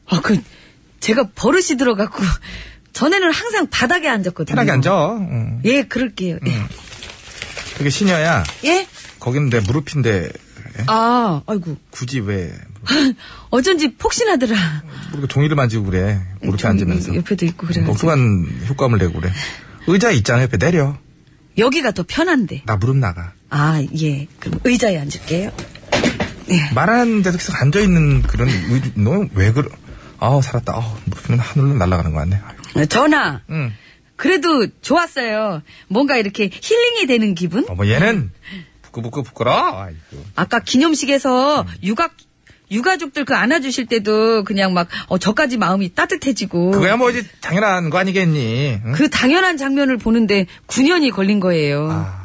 Speaker 8: 아, 그, 제가 버릇이 들어갖고, 전에는 항상 바닥에 앉았거든요.
Speaker 3: 음.
Speaker 4: 편하게 앉아 어. 응.
Speaker 8: 예, 그럴게요. 예.
Speaker 4: 그게 신녀야
Speaker 8: 예?
Speaker 4: 거긴 내 무릎인데
Speaker 8: 아, 아이고.
Speaker 4: 굳이 왜
Speaker 8: 어쩐지 폭신하더라.
Speaker 4: 무릎에 종이를 만지고 그래 무릎에
Speaker 8: 저기
Speaker 4: 앉으면서
Speaker 8: 옆에도 있고 그래가지고.
Speaker 4: 독특한 효과음을 내고 그래 의자 있잖아 옆에 내려
Speaker 8: 여기가 더 편한데.
Speaker 4: 나 무릎 나가
Speaker 8: 아, 예. 그럼 의자에 앉을게요.
Speaker 4: 말하는 데서 계속 앉아있는 그런 의... 너왜 그러 아우 살았다 아우 무릎은 하늘로 날아가는 거 같네 아이고.
Speaker 8: 전화.
Speaker 4: 응.
Speaker 8: 그래도 좋았어요. 뭔가 이렇게 힐링이 되는 기분?
Speaker 4: 어머 얘는 부끄부끄 부끄러워 아이고.
Speaker 8: 아까
Speaker 4: 음.
Speaker 8: 기념식에서 유각 유가족들 그 안아주실 때도 그냥 막 어, 저까지 마음이 따뜻해지고
Speaker 4: 그거야 뭐 이제 당연한 거 아니겠니 응?
Speaker 8: 그 당연한 장면을 보는데 9년이 걸린 거예요.
Speaker 4: 아.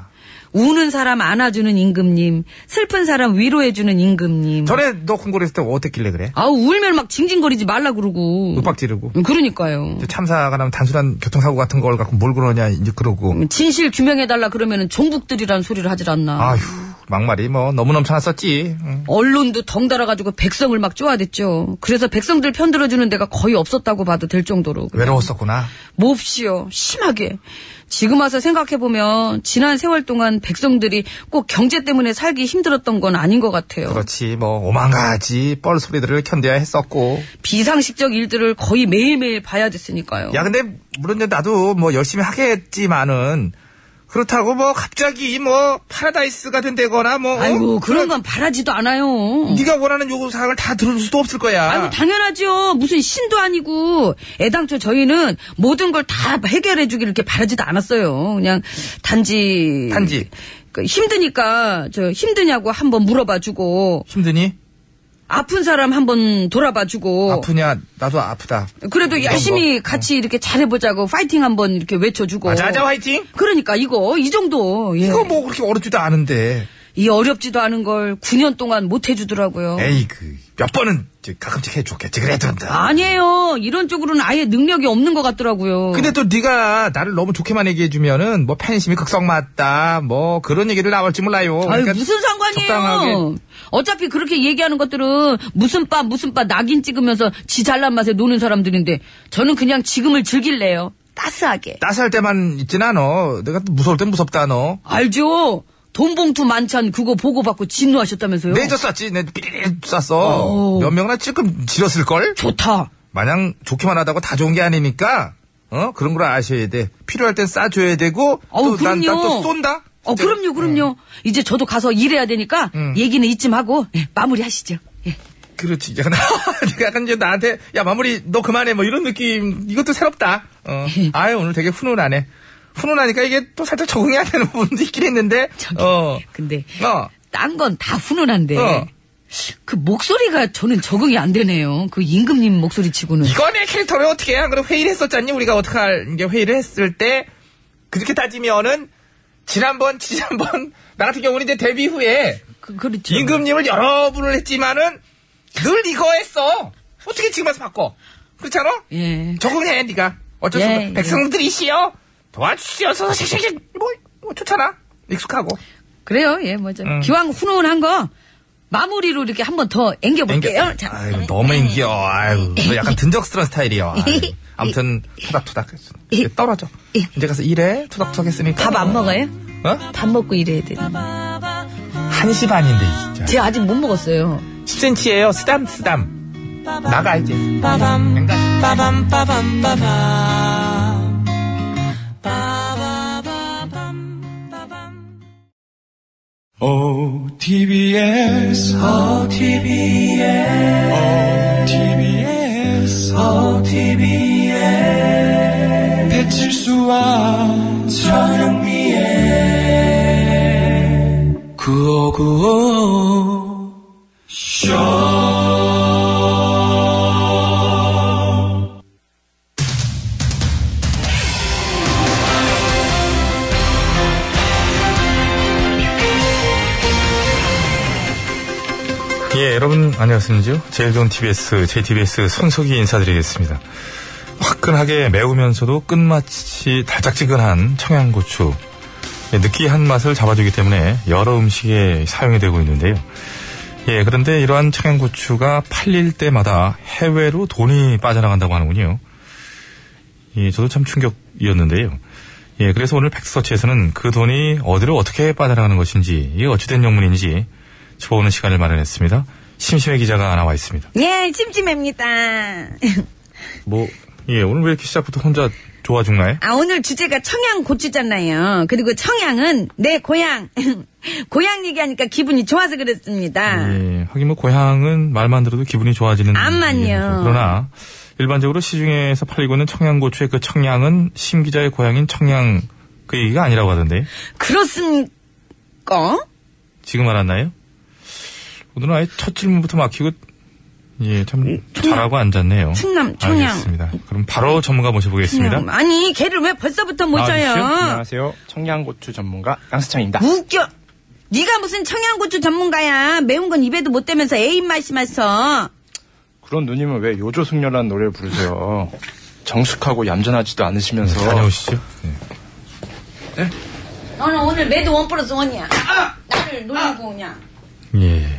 Speaker 8: 우는 사람 안아주는 임금님, 슬픈 사람 위로해주는 임금님.
Speaker 4: 전에 너 콩고랬을 때뭐 어땠길래 그래?
Speaker 8: 아우 울면 막 징징거리지 말라 그러고. 음,
Speaker 4: 윽박 지르고
Speaker 8: 그러니까요.
Speaker 4: 이제 참사가 나면 단순한 교통사고 같은 걸 갖고 뭘 그러냐 이제 그러고
Speaker 8: 진실 규명해달라 그러면은 종북들이라는 소리를 하질 않나.
Speaker 4: 아휴 막말이 뭐 너무 넘쳐났었지 응.
Speaker 8: 언론도 덩달아가지고 백성을 막 쪼아댔죠. 그래서 백성들 편들어주는 데가 거의 없었다고 봐도 될 정도로. 그냥
Speaker 4: 외로웠었구나
Speaker 8: 몹시요. 심하게. 지금 와서 생각해보면 지난 세월 동안 백성들이 꼭 경제 때문에 살기 힘들었던 건 아닌 것 같아요.
Speaker 4: 그렇지 뭐 오만 가지 뻘 소리들을 견뎌야 했었고
Speaker 8: 비상식적 일들을 거의 매일매일 봐야 됐으니까요.
Speaker 4: 야 근데 물론 이제 나도 뭐 열심히 하겠지만은 그렇다고 뭐 갑자기 뭐 파라다이스가 된다거나 뭐 어?
Speaker 8: 아이고, 그런 건 바라지도 않아요.
Speaker 4: 네가 원하는 요구 사항을 다 들을 수도 없을 거야
Speaker 8: 아이고 당연하죠. 무슨 신도 아니고 애당초 저희는 모든 걸 다 해결해 주길 이렇게 바라지도 않았어요. 그냥 단지
Speaker 4: 단지.
Speaker 8: 그 힘드니까 저 힘드냐고 한번 물어봐 주고
Speaker 4: 힘드니
Speaker 8: 아픈 사람 한번 돌아봐 주고
Speaker 4: 아프냐 나도 아프다
Speaker 8: 그래도
Speaker 4: 이런
Speaker 8: 열심히 같이 이렇게 잘해 보자고 파이팅 한번 이렇게 외쳐 주고
Speaker 4: 맞아 맞아 화이팅
Speaker 8: 그러니까 이거 이 정도 예.
Speaker 4: 이거 뭐 그렇게 어렵지도 않은데
Speaker 8: 이 어렵지도 않은 걸 9년 동안 못 해주더라고요.
Speaker 4: 에이 그 몇 번은 이제 가끔씩 해줬겠지 그래도 아,
Speaker 8: 아니에요. 이런 쪽으로는 아예 능력이 없는 것 같더라고요.
Speaker 4: 근데 또 네가 나를 너무 좋게만 얘기해주면은 뭐 팬심이 극성 맞다 뭐 그런 얘기를 나올지 몰라요
Speaker 8: 아유,
Speaker 4: 그러니까
Speaker 8: 무슨 상관이에요?
Speaker 4: 적당하게.
Speaker 8: 어차피 그렇게 얘기하는 것들은 무슨 빠, 무슨 빠 낙인 찍으면서 지 잘난 맛에 노는 사람들인데 저는 그냥 지금을 즐길래요. 따스하게.
Speaker 4: 따스할 때만 있진 않어 내가 또 무서울 땐 무섭다
Speaker 8: 어.
Speaker 4: 너
Speaker 8: 알죠? 돈봉투 만찬 그거 보고받고 진노하셨다면서요?
Speaker 4: 내저 쐈지 내 삐리리 쐈어
Speaker 8: 어우.
Speaker 4: 몇 명이나 찔끔 지렸을걸
Speaker 8: 좋다.
Speaker 4: 마냥 좋게만 하다고 다 좋은 게 아니니까 어 그런 걸 아셔야 돼 필요할 땐 쏴줘야 되고
Speaker 8: 어우,
Speaker 4: 또 난
Speaker 8: 그럼요.
Speaker 4: 또 쏜다
Speaker 8: 어, 그럼요, 그럼요. 이제 저도 가서 일해야 되니까 얘기는 이쯤 하고 예, 마무리하시죠. 예.
Speaker 4: 그렇지. 약간, 약간 이제 나한테, 야, 마무리, 너 그만해. 뭐 이런 느낌, 이것도 새롭다. 어. 아유, 오늘 되게 훈훈하네. 훈훈하니까 이게 또 살짝 적응이 안 되는 부분도 있긴 했는데,
Speaker 8: 저기,
Speaker 4: 어.
Speaker 8: 근데
Speaker 4: 어.
Speaker 8: 딴 건 다 훈훈한데
Speaker 4: 어.
Speaker 8: 그 목소리가 저는 적응이 안 되네요. 그 임금님 목소리치고는
Speaker 4: 이거 내 캐릭터를 어떻게 해? 안 그래, 회의를 했었잖니? 우리가 어떻게 할, 이제 회의를 했을 때, 그렇게 따지면은, 지난번, 지난번, 나 같은 경우는 이제 데뷔 후에,
Speaker 8: 그, 그렇죠.
Speaker 4: 임금님을 여러 분을 했지만은,
Speaker 9: 늘 이거 했어. 어떻게 지금 와서 바꿔? 그렇지 않아?
Speaker 2: 예.
Speaker 9: 적응해, 네가 어쩔 수
Speaker 2: 예,
Speaker 9: 없어.
Speaker 2: 예.
Speaker 9: 백성들이시여. 도와주시어서, 씩씩씩. 뭐, 뭐, 좋잖아. 익숙하고.
Speaker 2: 그래요. 예, 뭐죠. 기왕 훈훈한 거 마무리로 이렇게 한 번 더 앵겨볼게요. 자, 네.
Speaker 9: 아유, 너무 인기여. 아유, 너 약간 든적스러운 스타일이여. 아유,
Speaker 2: 네.
Speaker 9: 아무튼, 토닥토닥. 이제 떨어져. 이제 가서 일해. 토닥토닥 했으니까.
Speaker 2: 밥 안 먹어요?
Speaker 9: 어?
Speaker 2: 밥 먹고 일해야 되는데.
Speaker 9: 한시 반인데, 진짜.
Speaker 2: 제가 아직 못 먹었어요.
Speaker 9: 10cm예요. 쓰담, 쓰담. 나가, 이제.
Speaker 5: 빠밤
Speaker 9: 앵간.
Speaker 5: 빠밤 빠밤 빠밤 빠바바밤 빠밤 어, OTBS 어, OTBS OTBS OTBS 배칠수와 전영미의 구호구호
Speaker 3: 예, 여러분 안녕하십니까? 제일 좋은 TBS, JTBS 손석희 인사드리겠습니다. 화끈하게 매우면서도 끝맛이 달짝지근한 청양고추. 예, 느끼한 맛을 잡아주기 때문에 여러 음식에 사용이 되고 있는데요. 예, 그런데 이러한 청양고추가 팔릴 때마다 해외로 돈이 빠져나간다고 하는군요. 예, 저도 참 충격이었는데요. 예, 그래서 오늘 팩스서치에서는 그 돈이 어디로 어떻게 빠져나가는 것인지, 이게 어찌된 영문인지 짚어보는 시간을 마련했습니다. 심심해 기자가 나와 있습니다.
Speaker 8: 예, 찜찜합니다.
Speaker 3: 뭐, 예, 오늘 왜 이렇게 시작부터 혼자 좋아 죽나요?
Speaker 8: 아, 오늘 주제가 청양고추잖아요. 그리고 청양은 내 고향. 고향 얘기하니까 기분이 좋아서 그랬습니다.
Speaker 3: 예, 하긴 뭐 고향은 말만 들어도 기분이 좋아지는.
Speaker 8: 음. 암만요.
Speaker 3: 얘기죠. 그러나 일반적으로 시중에서 팔리고 있는 청양고추의 그 청양은 심 기자의 고향인 청양 그 얘기가 아니라고 하던데
Speaker 8: 그렇습니까?
Speaker 3: 지금 알았나요? 오늘은 아예 첫 질문부터 막히고 예, 참 잘하고 앉았네요.
Speaker 8: 음, 충남, 청양.
Speaker 3: 알겠습니다. 그럼 바로 전문가 모셔보겠습니다.
Speaker 8: 그냥, 음, 아니, 걔를 왜 벌써부터 모셔요?
Speaker 9: 안녕하세요. 청양고추 전문가 양수창입니다.
Speaker 10: 네.
Speaker 8: 웃겨. 네가 무슨 청양고추 전문가야. 매운 건 입에도 못 대면서 애 입맛이 맞서.
Speaker 10: 그런 누님은 왜 요조숙녀라는 노래를 부르세요? 정숙하고 얌전하지도 않으시면서
Speaker 3: 다녀오시죠. 네.
Speaker 8: 너는 오늘 매도 원 플러스 원이야. 나를 놀리고 오냐.
Speaker 3: 예.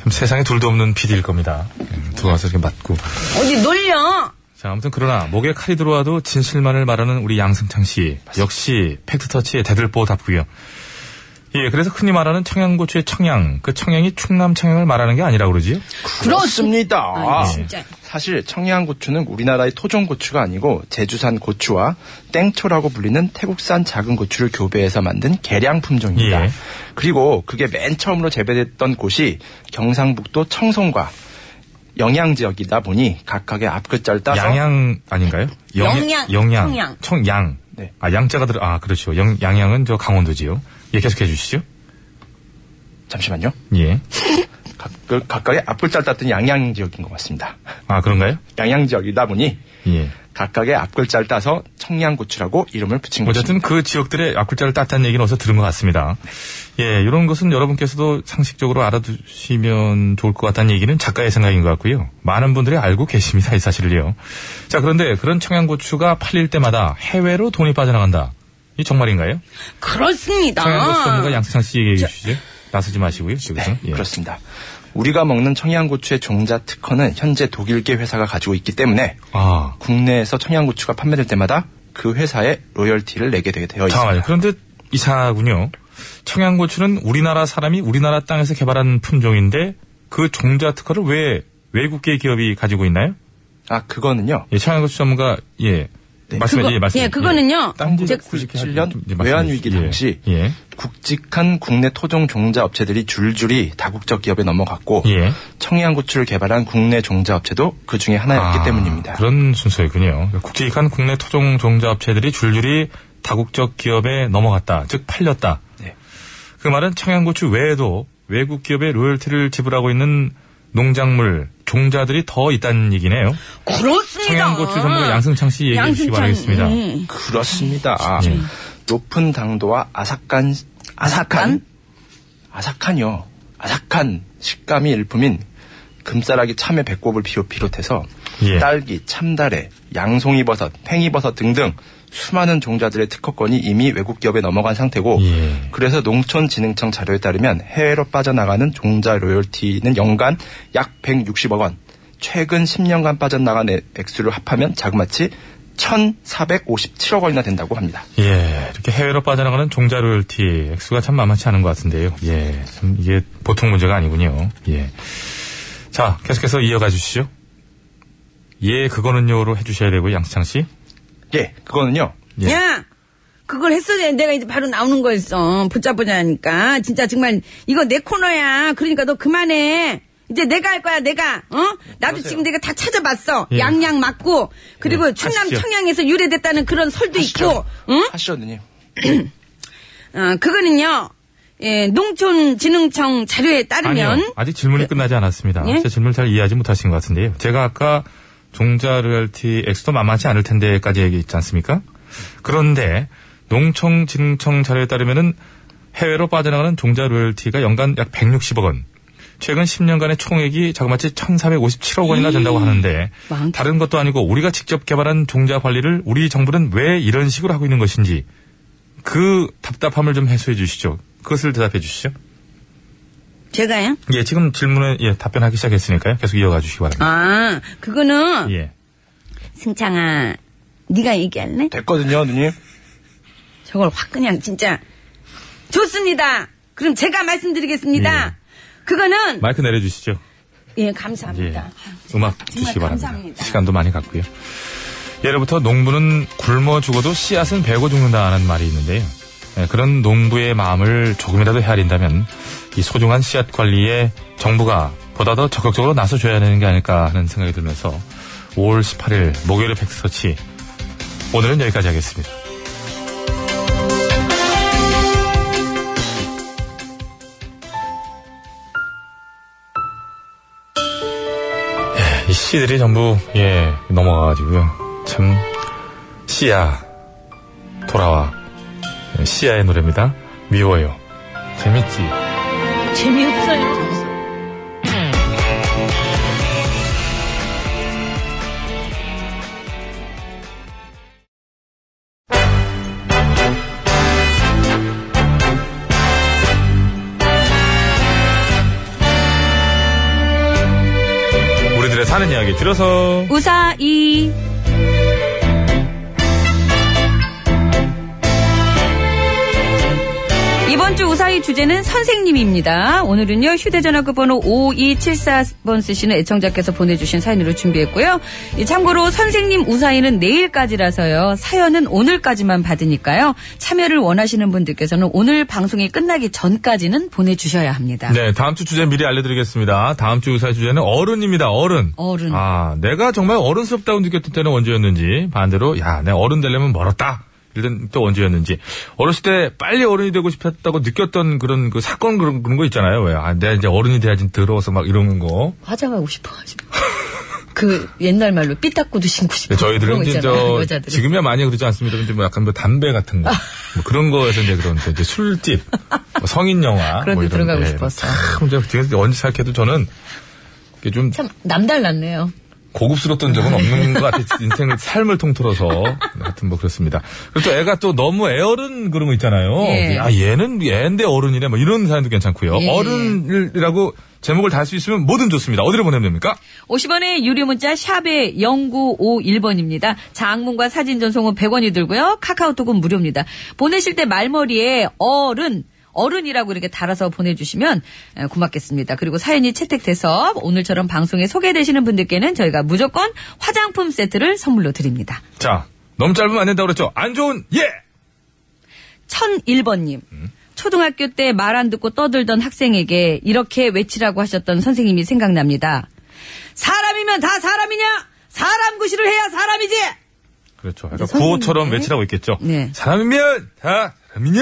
Speaker 3: 참 세상에 둘도 없는 PD일 겁니다. 예, 들어와서 이렇게 맞고.
Speaker 8: 어디 놀려.
Speaker 3: 자, 아무튼 그러나 목에 칼이 들어와도 진실만을 말하는 우리 양승창 씨 역시 팩트터치의 대들보답고요. 예, 그래서 흔히 말하는 청양고추의 청양, 그 청양이 충남 청양을 말하는 게 아니라 그러지요?
Speaker 10: 그렇습니다.
Speaker 8: 아, 진짜.
Speaker 10: 사실 청양고추는 우리나라의 토종고추가 아니고 제주산 고추와 땡초라고 불리는 태국산 작은 고추를 교배해서 만든 계량 품종입니다.
Speaker 3: 예.
Speaker 10: 그리고 그게 맨 처음으로 재배됐던 곳이 경상북도 청송과 영양 지역이다 보니 각각의 앞글자를 따서
Speaker 3: 양양 아닌가요?
Speaker 8: 아, 네. 영양,
Speaker 3: 영양,
Speaker 8: 청양.
Speaker 3: 청양.
Speaker 10: 네.
Speaker 3: 아, 양자가 들어, 아, 그렇죠. 영, 양양은 저 강원도지요. 예, 계속해 주시죠.
Speaker 10: 잠시만요.
Speaker 3: 예.
Speaker 10: 각, 그, 각각의 앞글자를 땄던 양양 지역인 것 같습니다.
Speaker 3: 아, 그런가요?
Speaker 10: 양양 지역이다 보니
Speaker 3: 예.
Speaker 10: 각각의 앞글자를 따서 청양고추라고 이름을 붙인 것입니다.
Speaker 3: 어쨌든 그 지역들의 앞글자를 땄다는 얘기는 어서 들은 것 같습니다. 예, 이런 것은 여러분께서도 상식적으로 알아두시면 좋을 것 같다는 얘기는 작가의 생각인 것 같고요. 많은 분들이 알고 계십니다, 이 사실을요. 자, 그런데 그런 청양고추가 팔릴 때마다 해외로 돈이 빠져나간다. 이 정말인가요?
Speaker 8: 그렇습니다.
Speaker 3: 청양고추 전문가 양수창 씨 얘기해 주시죠. 나서지 마시고요, 지금.
Speaker 8: 네.
Speaker 3: 예.
Speaker 10: 그렇습니다. 우리가 먹는 청양고추의 종자 특허는 현재 독일계 회사가 가지고 있기 때문에
Speaker 3: 아,
Speaker 10: 국내에서 청양고추가 판매될 때마다 그 회사에 로열티를 내게 되게 되어
Speaker 3: 잠깐만요.
Speaker 10: 있습니다.
Speaker 3: 그런데 이상하군요. 청양고추는 우리나라 사람이 우리나라 땅에서 개발한 품종인데 그 종자 특허를 왜 외국계 기업이 가지고 있나요?
Speaker 10: 아 그거는요.
Speaker 3: 예, 청양고추 전문가 예 말씀해
Speaker 8: 그거-
Speaker 3: 주세요. 말씀.
Speaker 8: 예, 그거는요.
Speaker 3: 땅굴
Speaker 8: 즉-
Speaker 10: 97년 외환 위기 당시
Speaker 3: 예. 예.
Speaker 10: 굵직한 국내 토종 종자 업체들이 줄줄이 다국적 기업에 넘어갔고
Speaker 3: 예.
Speaker 10: 청양고추를 개발한 국내 종자 업체도 그 중에 하나였기
Speaker 3: 아,
Speaker 10: 때문입니다.
Speaker 3: 그런 순서이군요. 국제익한 국내 토종 종자 업체들이 줄줄이 다국적 기업에 넘어갔다. 즉 팔렸다.
Speaker 10: 네.
Speaker 3: 그 말은 청양고추 외에도 외국 기업의 로열티를 지불하고 있는 농작물 종자들이 더 있다는 얘기네요.
Speaker 8: 그렇습니다.
Speaker 3: 청양고추 전문가 양승창 씨 얘기해 주시기
Speaker 8: 양승찬,
Speaker 3: 바라겠습니다.
Speaker 8: 예.
Speaker 10: 그렇습니다.
Speaker 3: 예.
Speaker 10: 높은 당도와 아삭한 아삭한 아삭한요 아삭한 식감이 일품인 금싸라기 참외 배꼽을 비- 비롯해서 딸기, 참다래, 양송이버섯, 팽이버섯 등등 수많은 종자들의 특허권이 이미 외국 기업에 넘어간 상태고 그래서 농촌진흥청 자료에 따르면 해외로 빠져나가는 종자 로열티는 연간 약 160억 원 최근 10년간 빠져나간 애- 액수를 합하면 자그마치 1,457억 원이나 된다고 합니다.
Speaker 3: 예, 이렇게 해외로 빠져나가는 종자 로열티 액수가 참 만만치 않은 것 같은데요. 예, 참 이게 보통 문제가 아니군요. 예. 자, 계속해서 이어가 주시죠. 예, 그거는요로 해주셔야 되고, 양수창 씨.
Speaker 10: 예, 그거는요.
Speaker 3: 예.
Speaker 8: 야! 그걸 했어야 내가 이제 바로 나오는 거였어. 붙잡으자니까. 진짜 정말, 이거 내 코너야. 그러니까 너 그만해. 이제 내가 할 거야, 내가. 어? 나도 지금 내가 다 찾아봤어.
Speaker 10: 예.
Speaker 8: 양양 맞고.
Speaker 3: 예,
Speaker 8: 그리고 충남
Speaker 10: 하시죠.
Speaker 8: 청양에서 유래됐다는 그런 설도 있고. 응?
Speaker 10: 하시죠, 누님.
Speaker 8: 어, 그거는요. 예, 농촌진흥청 자료에 따르면
Speaker 3: 아니요, 아직 질문이 끝나지 않았습니다.
Speaker 8: 예?
Speaker 3: 제 질문 잘 이해하지 못하신 것 같은데요. 제가 아까 종자 로열티 액수도 만만치 않을 텐데까지 얘기했지 않습니까? 그런데 농촌진흥청 자료에 따르면은 해외로 빠져나가는 종자 로열티가 연간 약 160억 원. 최근 10년간의 총액이 자그마치 1,457억 원이나 된다고 하는데 다른 것도 아니고 우리가 직접 개발한 종자 관리를 우리 정부는 왜 이런 식으로 하고 있는 것인지 그 답답함을 좀 해소해 주시죠. 그것을 대답해 주시죠.
Speaker 8: 제가요?
Speaker 3: 예, 지금 질문에 예, 답변하기 시작했으니까요. 계속 이어가 주시기 바랍니다.
Speaker 8: 아, 그거는
Speaker 3: 예.
Speaker 8: 승창아, 네가 얘기할래?
Speaker 10: 됐거든요, 누님.
Speaker 8: 저걸 확 그냥 진짜 좋습니다. 그럼 제가 말씀드리겠습니다.
Speaker 3: 예.
Speaker 8: 그거는
Speaker 3: 마이크 내려주시죠.
Speaker 8: 예
Speaker 3: 예.
Speaker 8: 감사합니다.
Speaker 3: 음악 주시기 바랍니다.
Speaker 8: 감사합니다.
Speaker 3: 시간도 많이 갔고요. 예로부터 농부는 굶어 죽어도 씨앗은 베고 죽는다는 말이 있는데요. 예, 그런 농부의 마음을 조금이라도 헤아린다면 이 소중한 씨앗 관리에 정부가 보다 더 적극적으로 나서줘야 하는 게 아닐까 하는 생각이 들면서 5월 18일 목요일의 팩스서치 오늘은 여기까지 하겠습니다. 이 씨들이 전부 예 넘어가가지고요 참 씨야 돌아와 예, 씨야의 노래입니다 미워요 재밌지
Speaker 8: 재미없어요.
Speaker 3: 우리들의 사는 이야기 줄여서
Speaker 8: 우사이 이번 주 우사이 주제는 선생님입니다. 오늘은요, 휴대전화 그 끝번호 5274번 쓰시는 애청자께서 보내주신 사연으로 준비했고요. 이 참고로 선생님 우사이는 내일까지라서요, 사연은 오늘까지만 받으니까요, 참여를 원하시는 분들께서는 오늘 방송이 끝나기 전까지는 보내주셔야 합니다.
Speaker 3: 네 다음 주 주제 미리 알려드리겠습니다 다음 주 의사 주제는 어른입니다 어른
Speaker 8: 어른.
Speaker 3: 아 내가 정말 어른스럽다고 느꼈던 때는 언제였는지 반대로 야 내 어른 되려면 멀었다 이런 또 언제였는지 어렸을 때 빨리 어른이 되고 싶었다고 느꼈던 그런 그 사건 그런, 그런 거 있잖아요 왜 아, 내가 이제 어른이 돼야지 더러워서 막 이런 거
Speaker 2: 화장하고 싶어가지고. 그 옛날 말로 삐딱구도 신고 싶어.
Speaker 3: 네, 저희들은 이제 저
Speaker 2: 여자들은.
Speaker 3: 지금이야 많이 그러지 않습니다. 이제 뭐 약간 뭐 담배 같은 거 뭐 그런 거에서 이제 그런 거, 이제 술집, 뭐 성인 영화
Speaker 2: 그런
Speaker 3: 뭐
Speaker 2: 데
Speaker 3: 이런
Speaker 2: 들어가고
Speaker 3: 예,
Speaker 2: 싶었어.
Speaker 3: 참 제가 뒤에서 언제 생각해도 저는 이게 좀
Speaker 2: 참 남달랐네요.
Speaker 3: 고급스러웠던 적은 없는 것 같아요. 인생을 삶을 통틀어서 하여튼 뭐 그렇습니다. 그리고 또 애가 또 너무 애어른 그런 거 있잖아요.
Speaker 2: 예.
Speaker 3: 아 얘는 애인데 어른이네 뭐 이런 사연도 괜찮고요.
Speaker 2: 예.
Speaker 3: 어른이라고 제목을 달 수 있으면 뭐든 좋습니다. 어디로 보내면 됩니까?
Speaker 2: 50원의 유료 문자 샵에 0951번입니다. 장문과 사진 전송은 100원이 들고요. 카카오톡은 무료입니다. 보내실 때 말머리에 어른 어른이라고 이렇게 달아서 보내주시면 에, 고맙겠습니다. 그리고 사연이 채택돼서 오늘처럼 방송에 소개되시는 분들께는 저희가 무조건 화장품 세트를 선물로 드립니다.
Speaker 3: 자 너무 짧으면 안 된다고 그랬죠. 안 좋은 예.
Speaker 2: 1001번님. 초등학교 때 말 안 듣고 떠들던 학생에게 이렇게 외치라고 하셨던 선생님이 생각납니다. 사람이면 다 사람이냐? 사람 구실을 해야 사람이지!
Speaker 3: 그렇죠. 약간 구호처럼 외치라고 있겠죠.
Speaker 2: 네.
Speaker 3: 사람이면 다 사람이냐?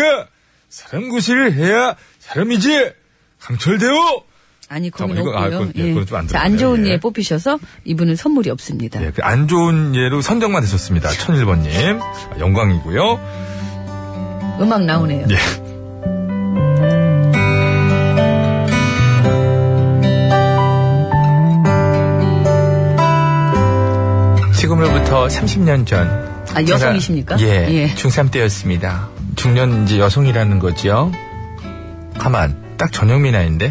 Speaker 3: 사람 구실을 해야 사람이지. 강철대우.
Speaker 2: 아니, 그건
Speaker 3: 잠깐만, 이거- 아,
Speaker 2: 없고요.
Speaker 3: 그건- 예, 그건 좀안
Speaker 2: 자,
Speaker 3: 들어가네요.
Speaker 2: 안 좋은
Speaker 3: 예.
Speaker 2: 예. 뽑히셔서 이분은 선물이 없습니다.
Speaker 3: 예, 그안 좋은 예로 선정만 되셨습니다. 1001번님. 영광이고요.
Speaker 2: 음악 나오네요.
Speaker 3: 예. 지금으로부터 30년 전.
Speaker 2: 아, 여성이십니까?
Speaker 3: 제가, 예,
Speaker 2: 예.
Speaker 3: 중3 때였습니다. 중년 이제 여성이라는 거지요. 가만, 딱 전영미 나인데.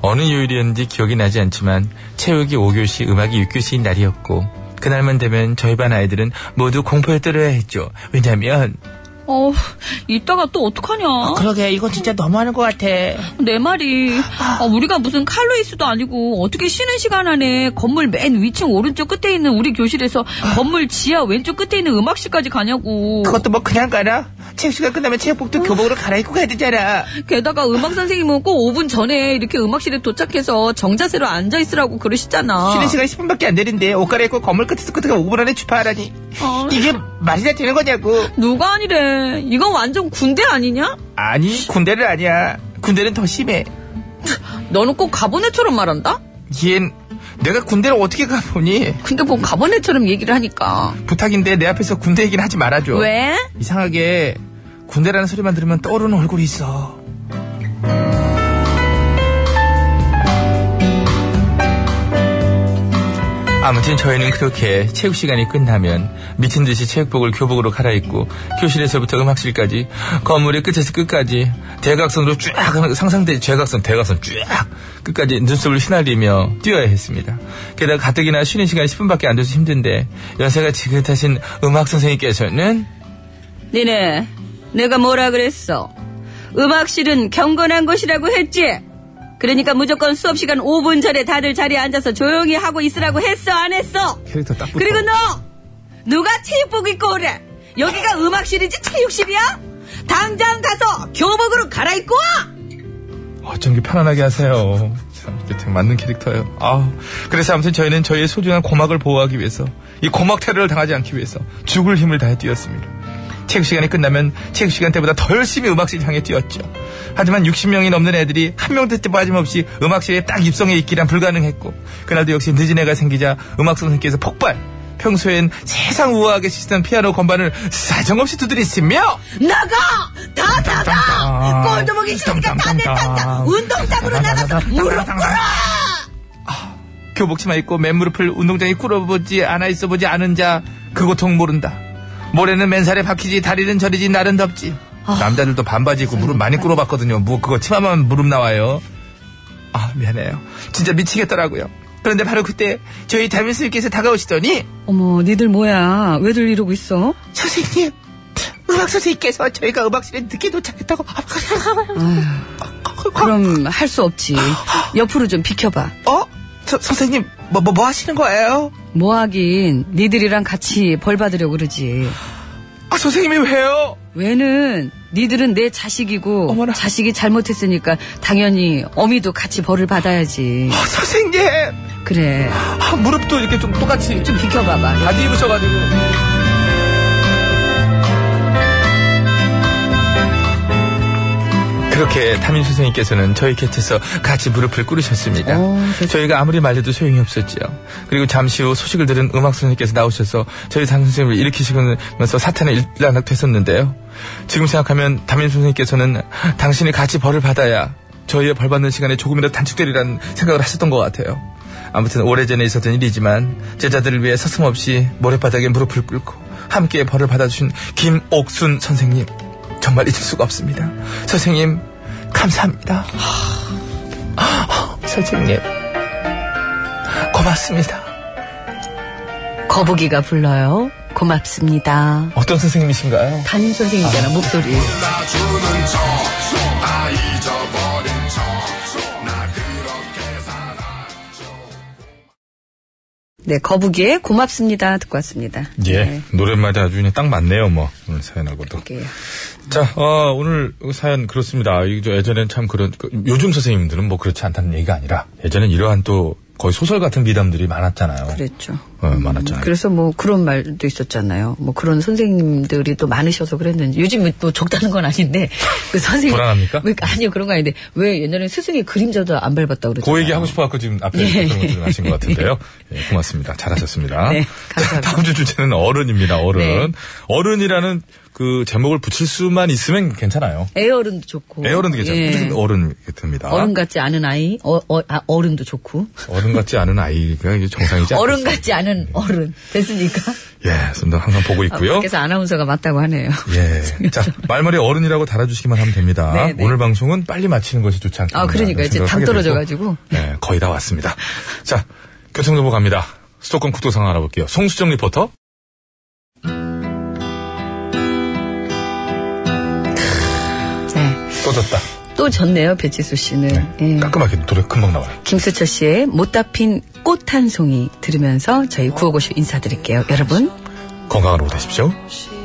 Speaker 3: 어느 요일이었는지 기억이 나지 않지만 체육이 5교시, 음악이 6교시인 날이었고 그날만 되면 저희 반 아이들은 모두 공포에 떨어야 했죠. 왜냐면
Speaker 2: 어, 이따가 또 어떡하냐.
Speaker 3: 아, 그러게 이건 진짜 너무하는 것 같아.
Speaker 2: 내 말이 아, 우리가 무슨 칼로이스도 아니고 어떻게 쉬는 시간 안에 건물 맨 위층 오른쪽 끝에 있는 우리 교실에서 건물 지하 왼쪽 끝에 있는 음악실까지 가냐고.
Speaker 3: 그것도 뭐 그냥 가라. 체육 시간 끝나면 체육복도 교복으로 갈아입고 가야 되잖아.
Speaker 2: 게다가 음악 선생님은 꼭 5분 전에 이렇게 음악실에 도착해서 정자세로 앉아 있으라고 그러시잖아.
Speaker 3: 쉬는 시간 10분밖에 안 되는데 옷 갈아입고 건물 끝에서 끝에 5분 안에 주파하라니.
Speaker 2: 어.
Speaker 3: 이게 말이나 되는 거냐고.
Speaker 2: 누가 아니래. 이건 완전 군대 아니냐?
Speaker 3: 아니 군대는 아니야. 군대는 더 심해.
Speaker 2: 너는 꼭 가본 애처럼 말한다?
Speaker 3: 얜 내가 군대를 어떻게 가보니
Speaker 2: 근데 뭐 가본 애처럼 얘기를 하니까.
Speaker 3: 부탁인데 내 앞에서 군대 얘기는 하지 말아줘.
Speaker 2: 왜?
Speaker 3: 이상하게 군대라는 소리만 들으면 떠오르는 얼굴이 있어. 아무튼 저희는 그렇게 체육 시간이 끝나면 미친 듯이 체육복을 교복으로 갈아입고 교실에서부터 음악실까지 건물의 끝에서 끝까지 대각선으로 쭉 상상대 대각선 대각선 쭉 끝까지 눈썹을 휘날리며 뛰어야 했습니다. 게다가 가뜩이나 쉬는 시간이 10분밖에 안 돼서 힘든데 연세가 지긋하신 음악 선생님께서는
Speaker 2: 니네, 내가 뭐라 그랬어? 음악실은 경건한 곳이라고 했지? 그러니까 무조건 수업시간 5분 전에 다들 자리에 앉아서 조용히 하고 있으라고 했어, 안 했어?
Speaker 3: 캐릭터 딱 붙어.
Speaker 2: 그리고 너! 누가 체육복 입고 오래? 여기가 음악실인지 체육실이야? 당장 가서 교복으로 갈아입고 와!
Speaker 3: 어쩜 이렇게 아, 편안하게 하세요. 참, 이게 되게 맞는 캐릭터예요. 아, 그래서 아무튼 저희는 저희의 소중한 고막을 보호하기 위해서 이 고막 테러를 당하지 않기 위해서 죽을 힘을 다해 뛰었습니다. 체육 시간이 끝나면 체육 시간 때보다 더 열심히 음악실 향해 뛰었죠. 하지만 60명이 넘는 애들이 한 명도 빠짐없이 음악실에 딱 입성해 있기란 불가능했고 그날도 역시 늦은 애가 생기자 음악 선생님께서 폭발. 평소엔 세상 우아하게 치던 피아노 건반을 사정없이 두드리시며
Speaker 2: 나가! 다 나가!
Speaker 3: 땅땅땅.
Speaker 2: 꼴도 보기 싫으니까 다내
Speaker 3: 땅땅땅.
Speaker 2: 당장
Speaker 3: 아,
Speaker 2: 운동장으로 나가서 무릎 꿇어!
Speaker 3: 교복치마 입고 맨무릎을 운동장에 꿇어보지 않아 있어보지 않은 자 그 고통 모른다. 모래는 맨살에 박히지 다리는 저리지 날은 덥지.
Speaker 2: 아.
Speaker 3: 남자들도 반바지 입고 무릎 많이 꿇어봤거든요. 뭐 그거 치마만 무릎 나와요. 아 미안해요. 진짜 미치겠더라고요. 그런데 바로 그때 저희 담임선생님께서 다가오시더니
Speaker 2: 어머, 니들 뭐야? 왜들 이러고 있어?
Speaker 3: 선생님 음악 선생님께서 저희가 음악실에 늦게 도착했다고 아,
Speaker 2: 그럼 할 수 없지. 옆으로 좀 비켜봐.
Speaker 3: 어? 저, 선생님 뭐 뭐, 뭐 하시는 거예요?
Speaker 2: 뭐 하긴, 니들이랑 같이 벌 받으려고 그러지.
Speaker 3: 아 선생님이 왜요?
Speaker 2: 왜는, 니들은 내 자식이고,
Speaker 3: 어머나.
Speaker 2: 자식이 잘못했으니까, 당연히, 어미도 같이 벌을 받아야지.
Speaker 3: 아, 선생님
Speaker 2: 그래.
Speaker 3: 아, 무릎도 이렇게 좀 똑같이
Speaker 2: 좀 비켜봐봐.
Speaker 3: 바지 입으셔가지고. 그렇게 담임 선생님께서는 저희 곁에서 같이 무릎을 꿇으셨습니다.
Speaker 2: 어, 세상에.
Speaker 3: 저희가 아무리 말려도 소용이 없었지요. 그리고 잠시 후 소식을 들은 음악 선생님께서 나오셔서 저희 담임 선생님을 일으키시면서 사탄에 일단락됐었는데요. 지금 생각하면 담임 선생님께서는 당신이 같이 벌을 받아야 저희의 벌 받는 시간이 조금이라도 단축되리라는 생각을 하셨던 것 같아요. 아무튼 오래전에 있었던 일이지만 제자들을 위해 서슴없이 모래바닥에 무릎을 꿇고 함께 벌을 받아주신 김옥순 선생님 정말 잊을 수가 없습니다. 선생님 감사합니다. 아, 선생님 고맙습니다.
Speaker 2: 거북이가 불러요. 고맙습니다.
Speaker 3: 어떤 선생님이신가요?
Speaker 2: 담임 선생님이잖아, 목소리. 네, 거북이의 고맙습니다. 듣고 왔습니다.
Speaker 8: 예.
Speaker 2: 네,
Speaker 8: 노랫말이 아주 그냥 딱 맞네요, 뭐. 오늘 사연하고도.
Speaker 2: 이렇게요.
Speaker 8: 자, 어, 오늘 사연 그렇습니다. 아, 이저 예전엔 참 그런, 그 요즘 선생님들은 뭐 그렇지 않다는 얘기가 아니라 예전엔 이러한 또 거의 소설 같은 미담들이 많았잖아요.
Speaker 2: 그랬죠.
Speaker 8: 어, 많았잖아요.
Speaker 2: 그래서 뭐 그런 말도 있었잖아요. 뭐 그런 선생님들이 또 많으셔서 그랬는지 요즘은 또 적다는 건 아닌데 그 선생님
Speaker 8: 불안합니까?
Speaker 2: 왜- 아니요 그런 거 아닌데 왜 옛날에 스승의 그림자도 안 밟았다 그러죠.
Speaker 8: 그 얘기 하고 싶어갖고 지금 앞에
Speaker 2: 예.
Speaker 8: 그런 것들 하신 것 같은데요. 예, 고맙습니다. 잘하셨습니다.
Speaker 2: 네,
Speaker 8: 자,
Speaker 2: 감사합니다.
Speaker 8: 다음 주 주제는 어른입니다. 어른.
Speaker 2: 네.
Speaker 8: 어른이라는
Speaker 3: 그 제목을 붙일 수만 있으면 괜찮아요.
Speaker 2: 애어른도 좋고. 예.
Speaker 3: 애어른도 괜찮아요. 꾸준히 어른 됩니다.
Speaker 2: 네. 어른 같지 않은 아이, 어, 어, 아, 어른도 좋고.
Speaker 3: 어른 같지 않은 아이가 이게 정상이지 않
Speaker 2: 어른 같지 않은 어른. 됐습니까?
Speaker 3: 예, 선생님 항상 보고 있고요.
Speaker 2: 그래서 아나운서가 맞다고 하네요.
Speaker 3: 예. 자, 말머리 어른이라고 달아주시기만 하면 됩니다.
Speaker 2: 네, 네.
Speaker 3: 오늘 방송은 빨리 마치는 것이 좋지 않겠나.
Speaker 2: 아, 그러니까 이제 당 떨어져가지고.
Speaker 3: 네, 거의 다 왔습니다. 자, 교통정보 갑니다. 수도권 국도 상황 알아볼게요. 송수정 리포터.
Speaker 2: 네.
Speaker 3: 또 졌다.
Speaker 2: 또 졌네요, 배치수 씨는. 예.
Speaker 3: 깔끔하게 노래 금방 나와요.
Speaker 2: 김수철 씨의 못다 핀 꽃 한 송이 들으면서 저희 구호고쇼 인사드릴게요. 여러분.
Speaker 3: 건강한 오후 되십시오.
Speaker 5: 혹시 네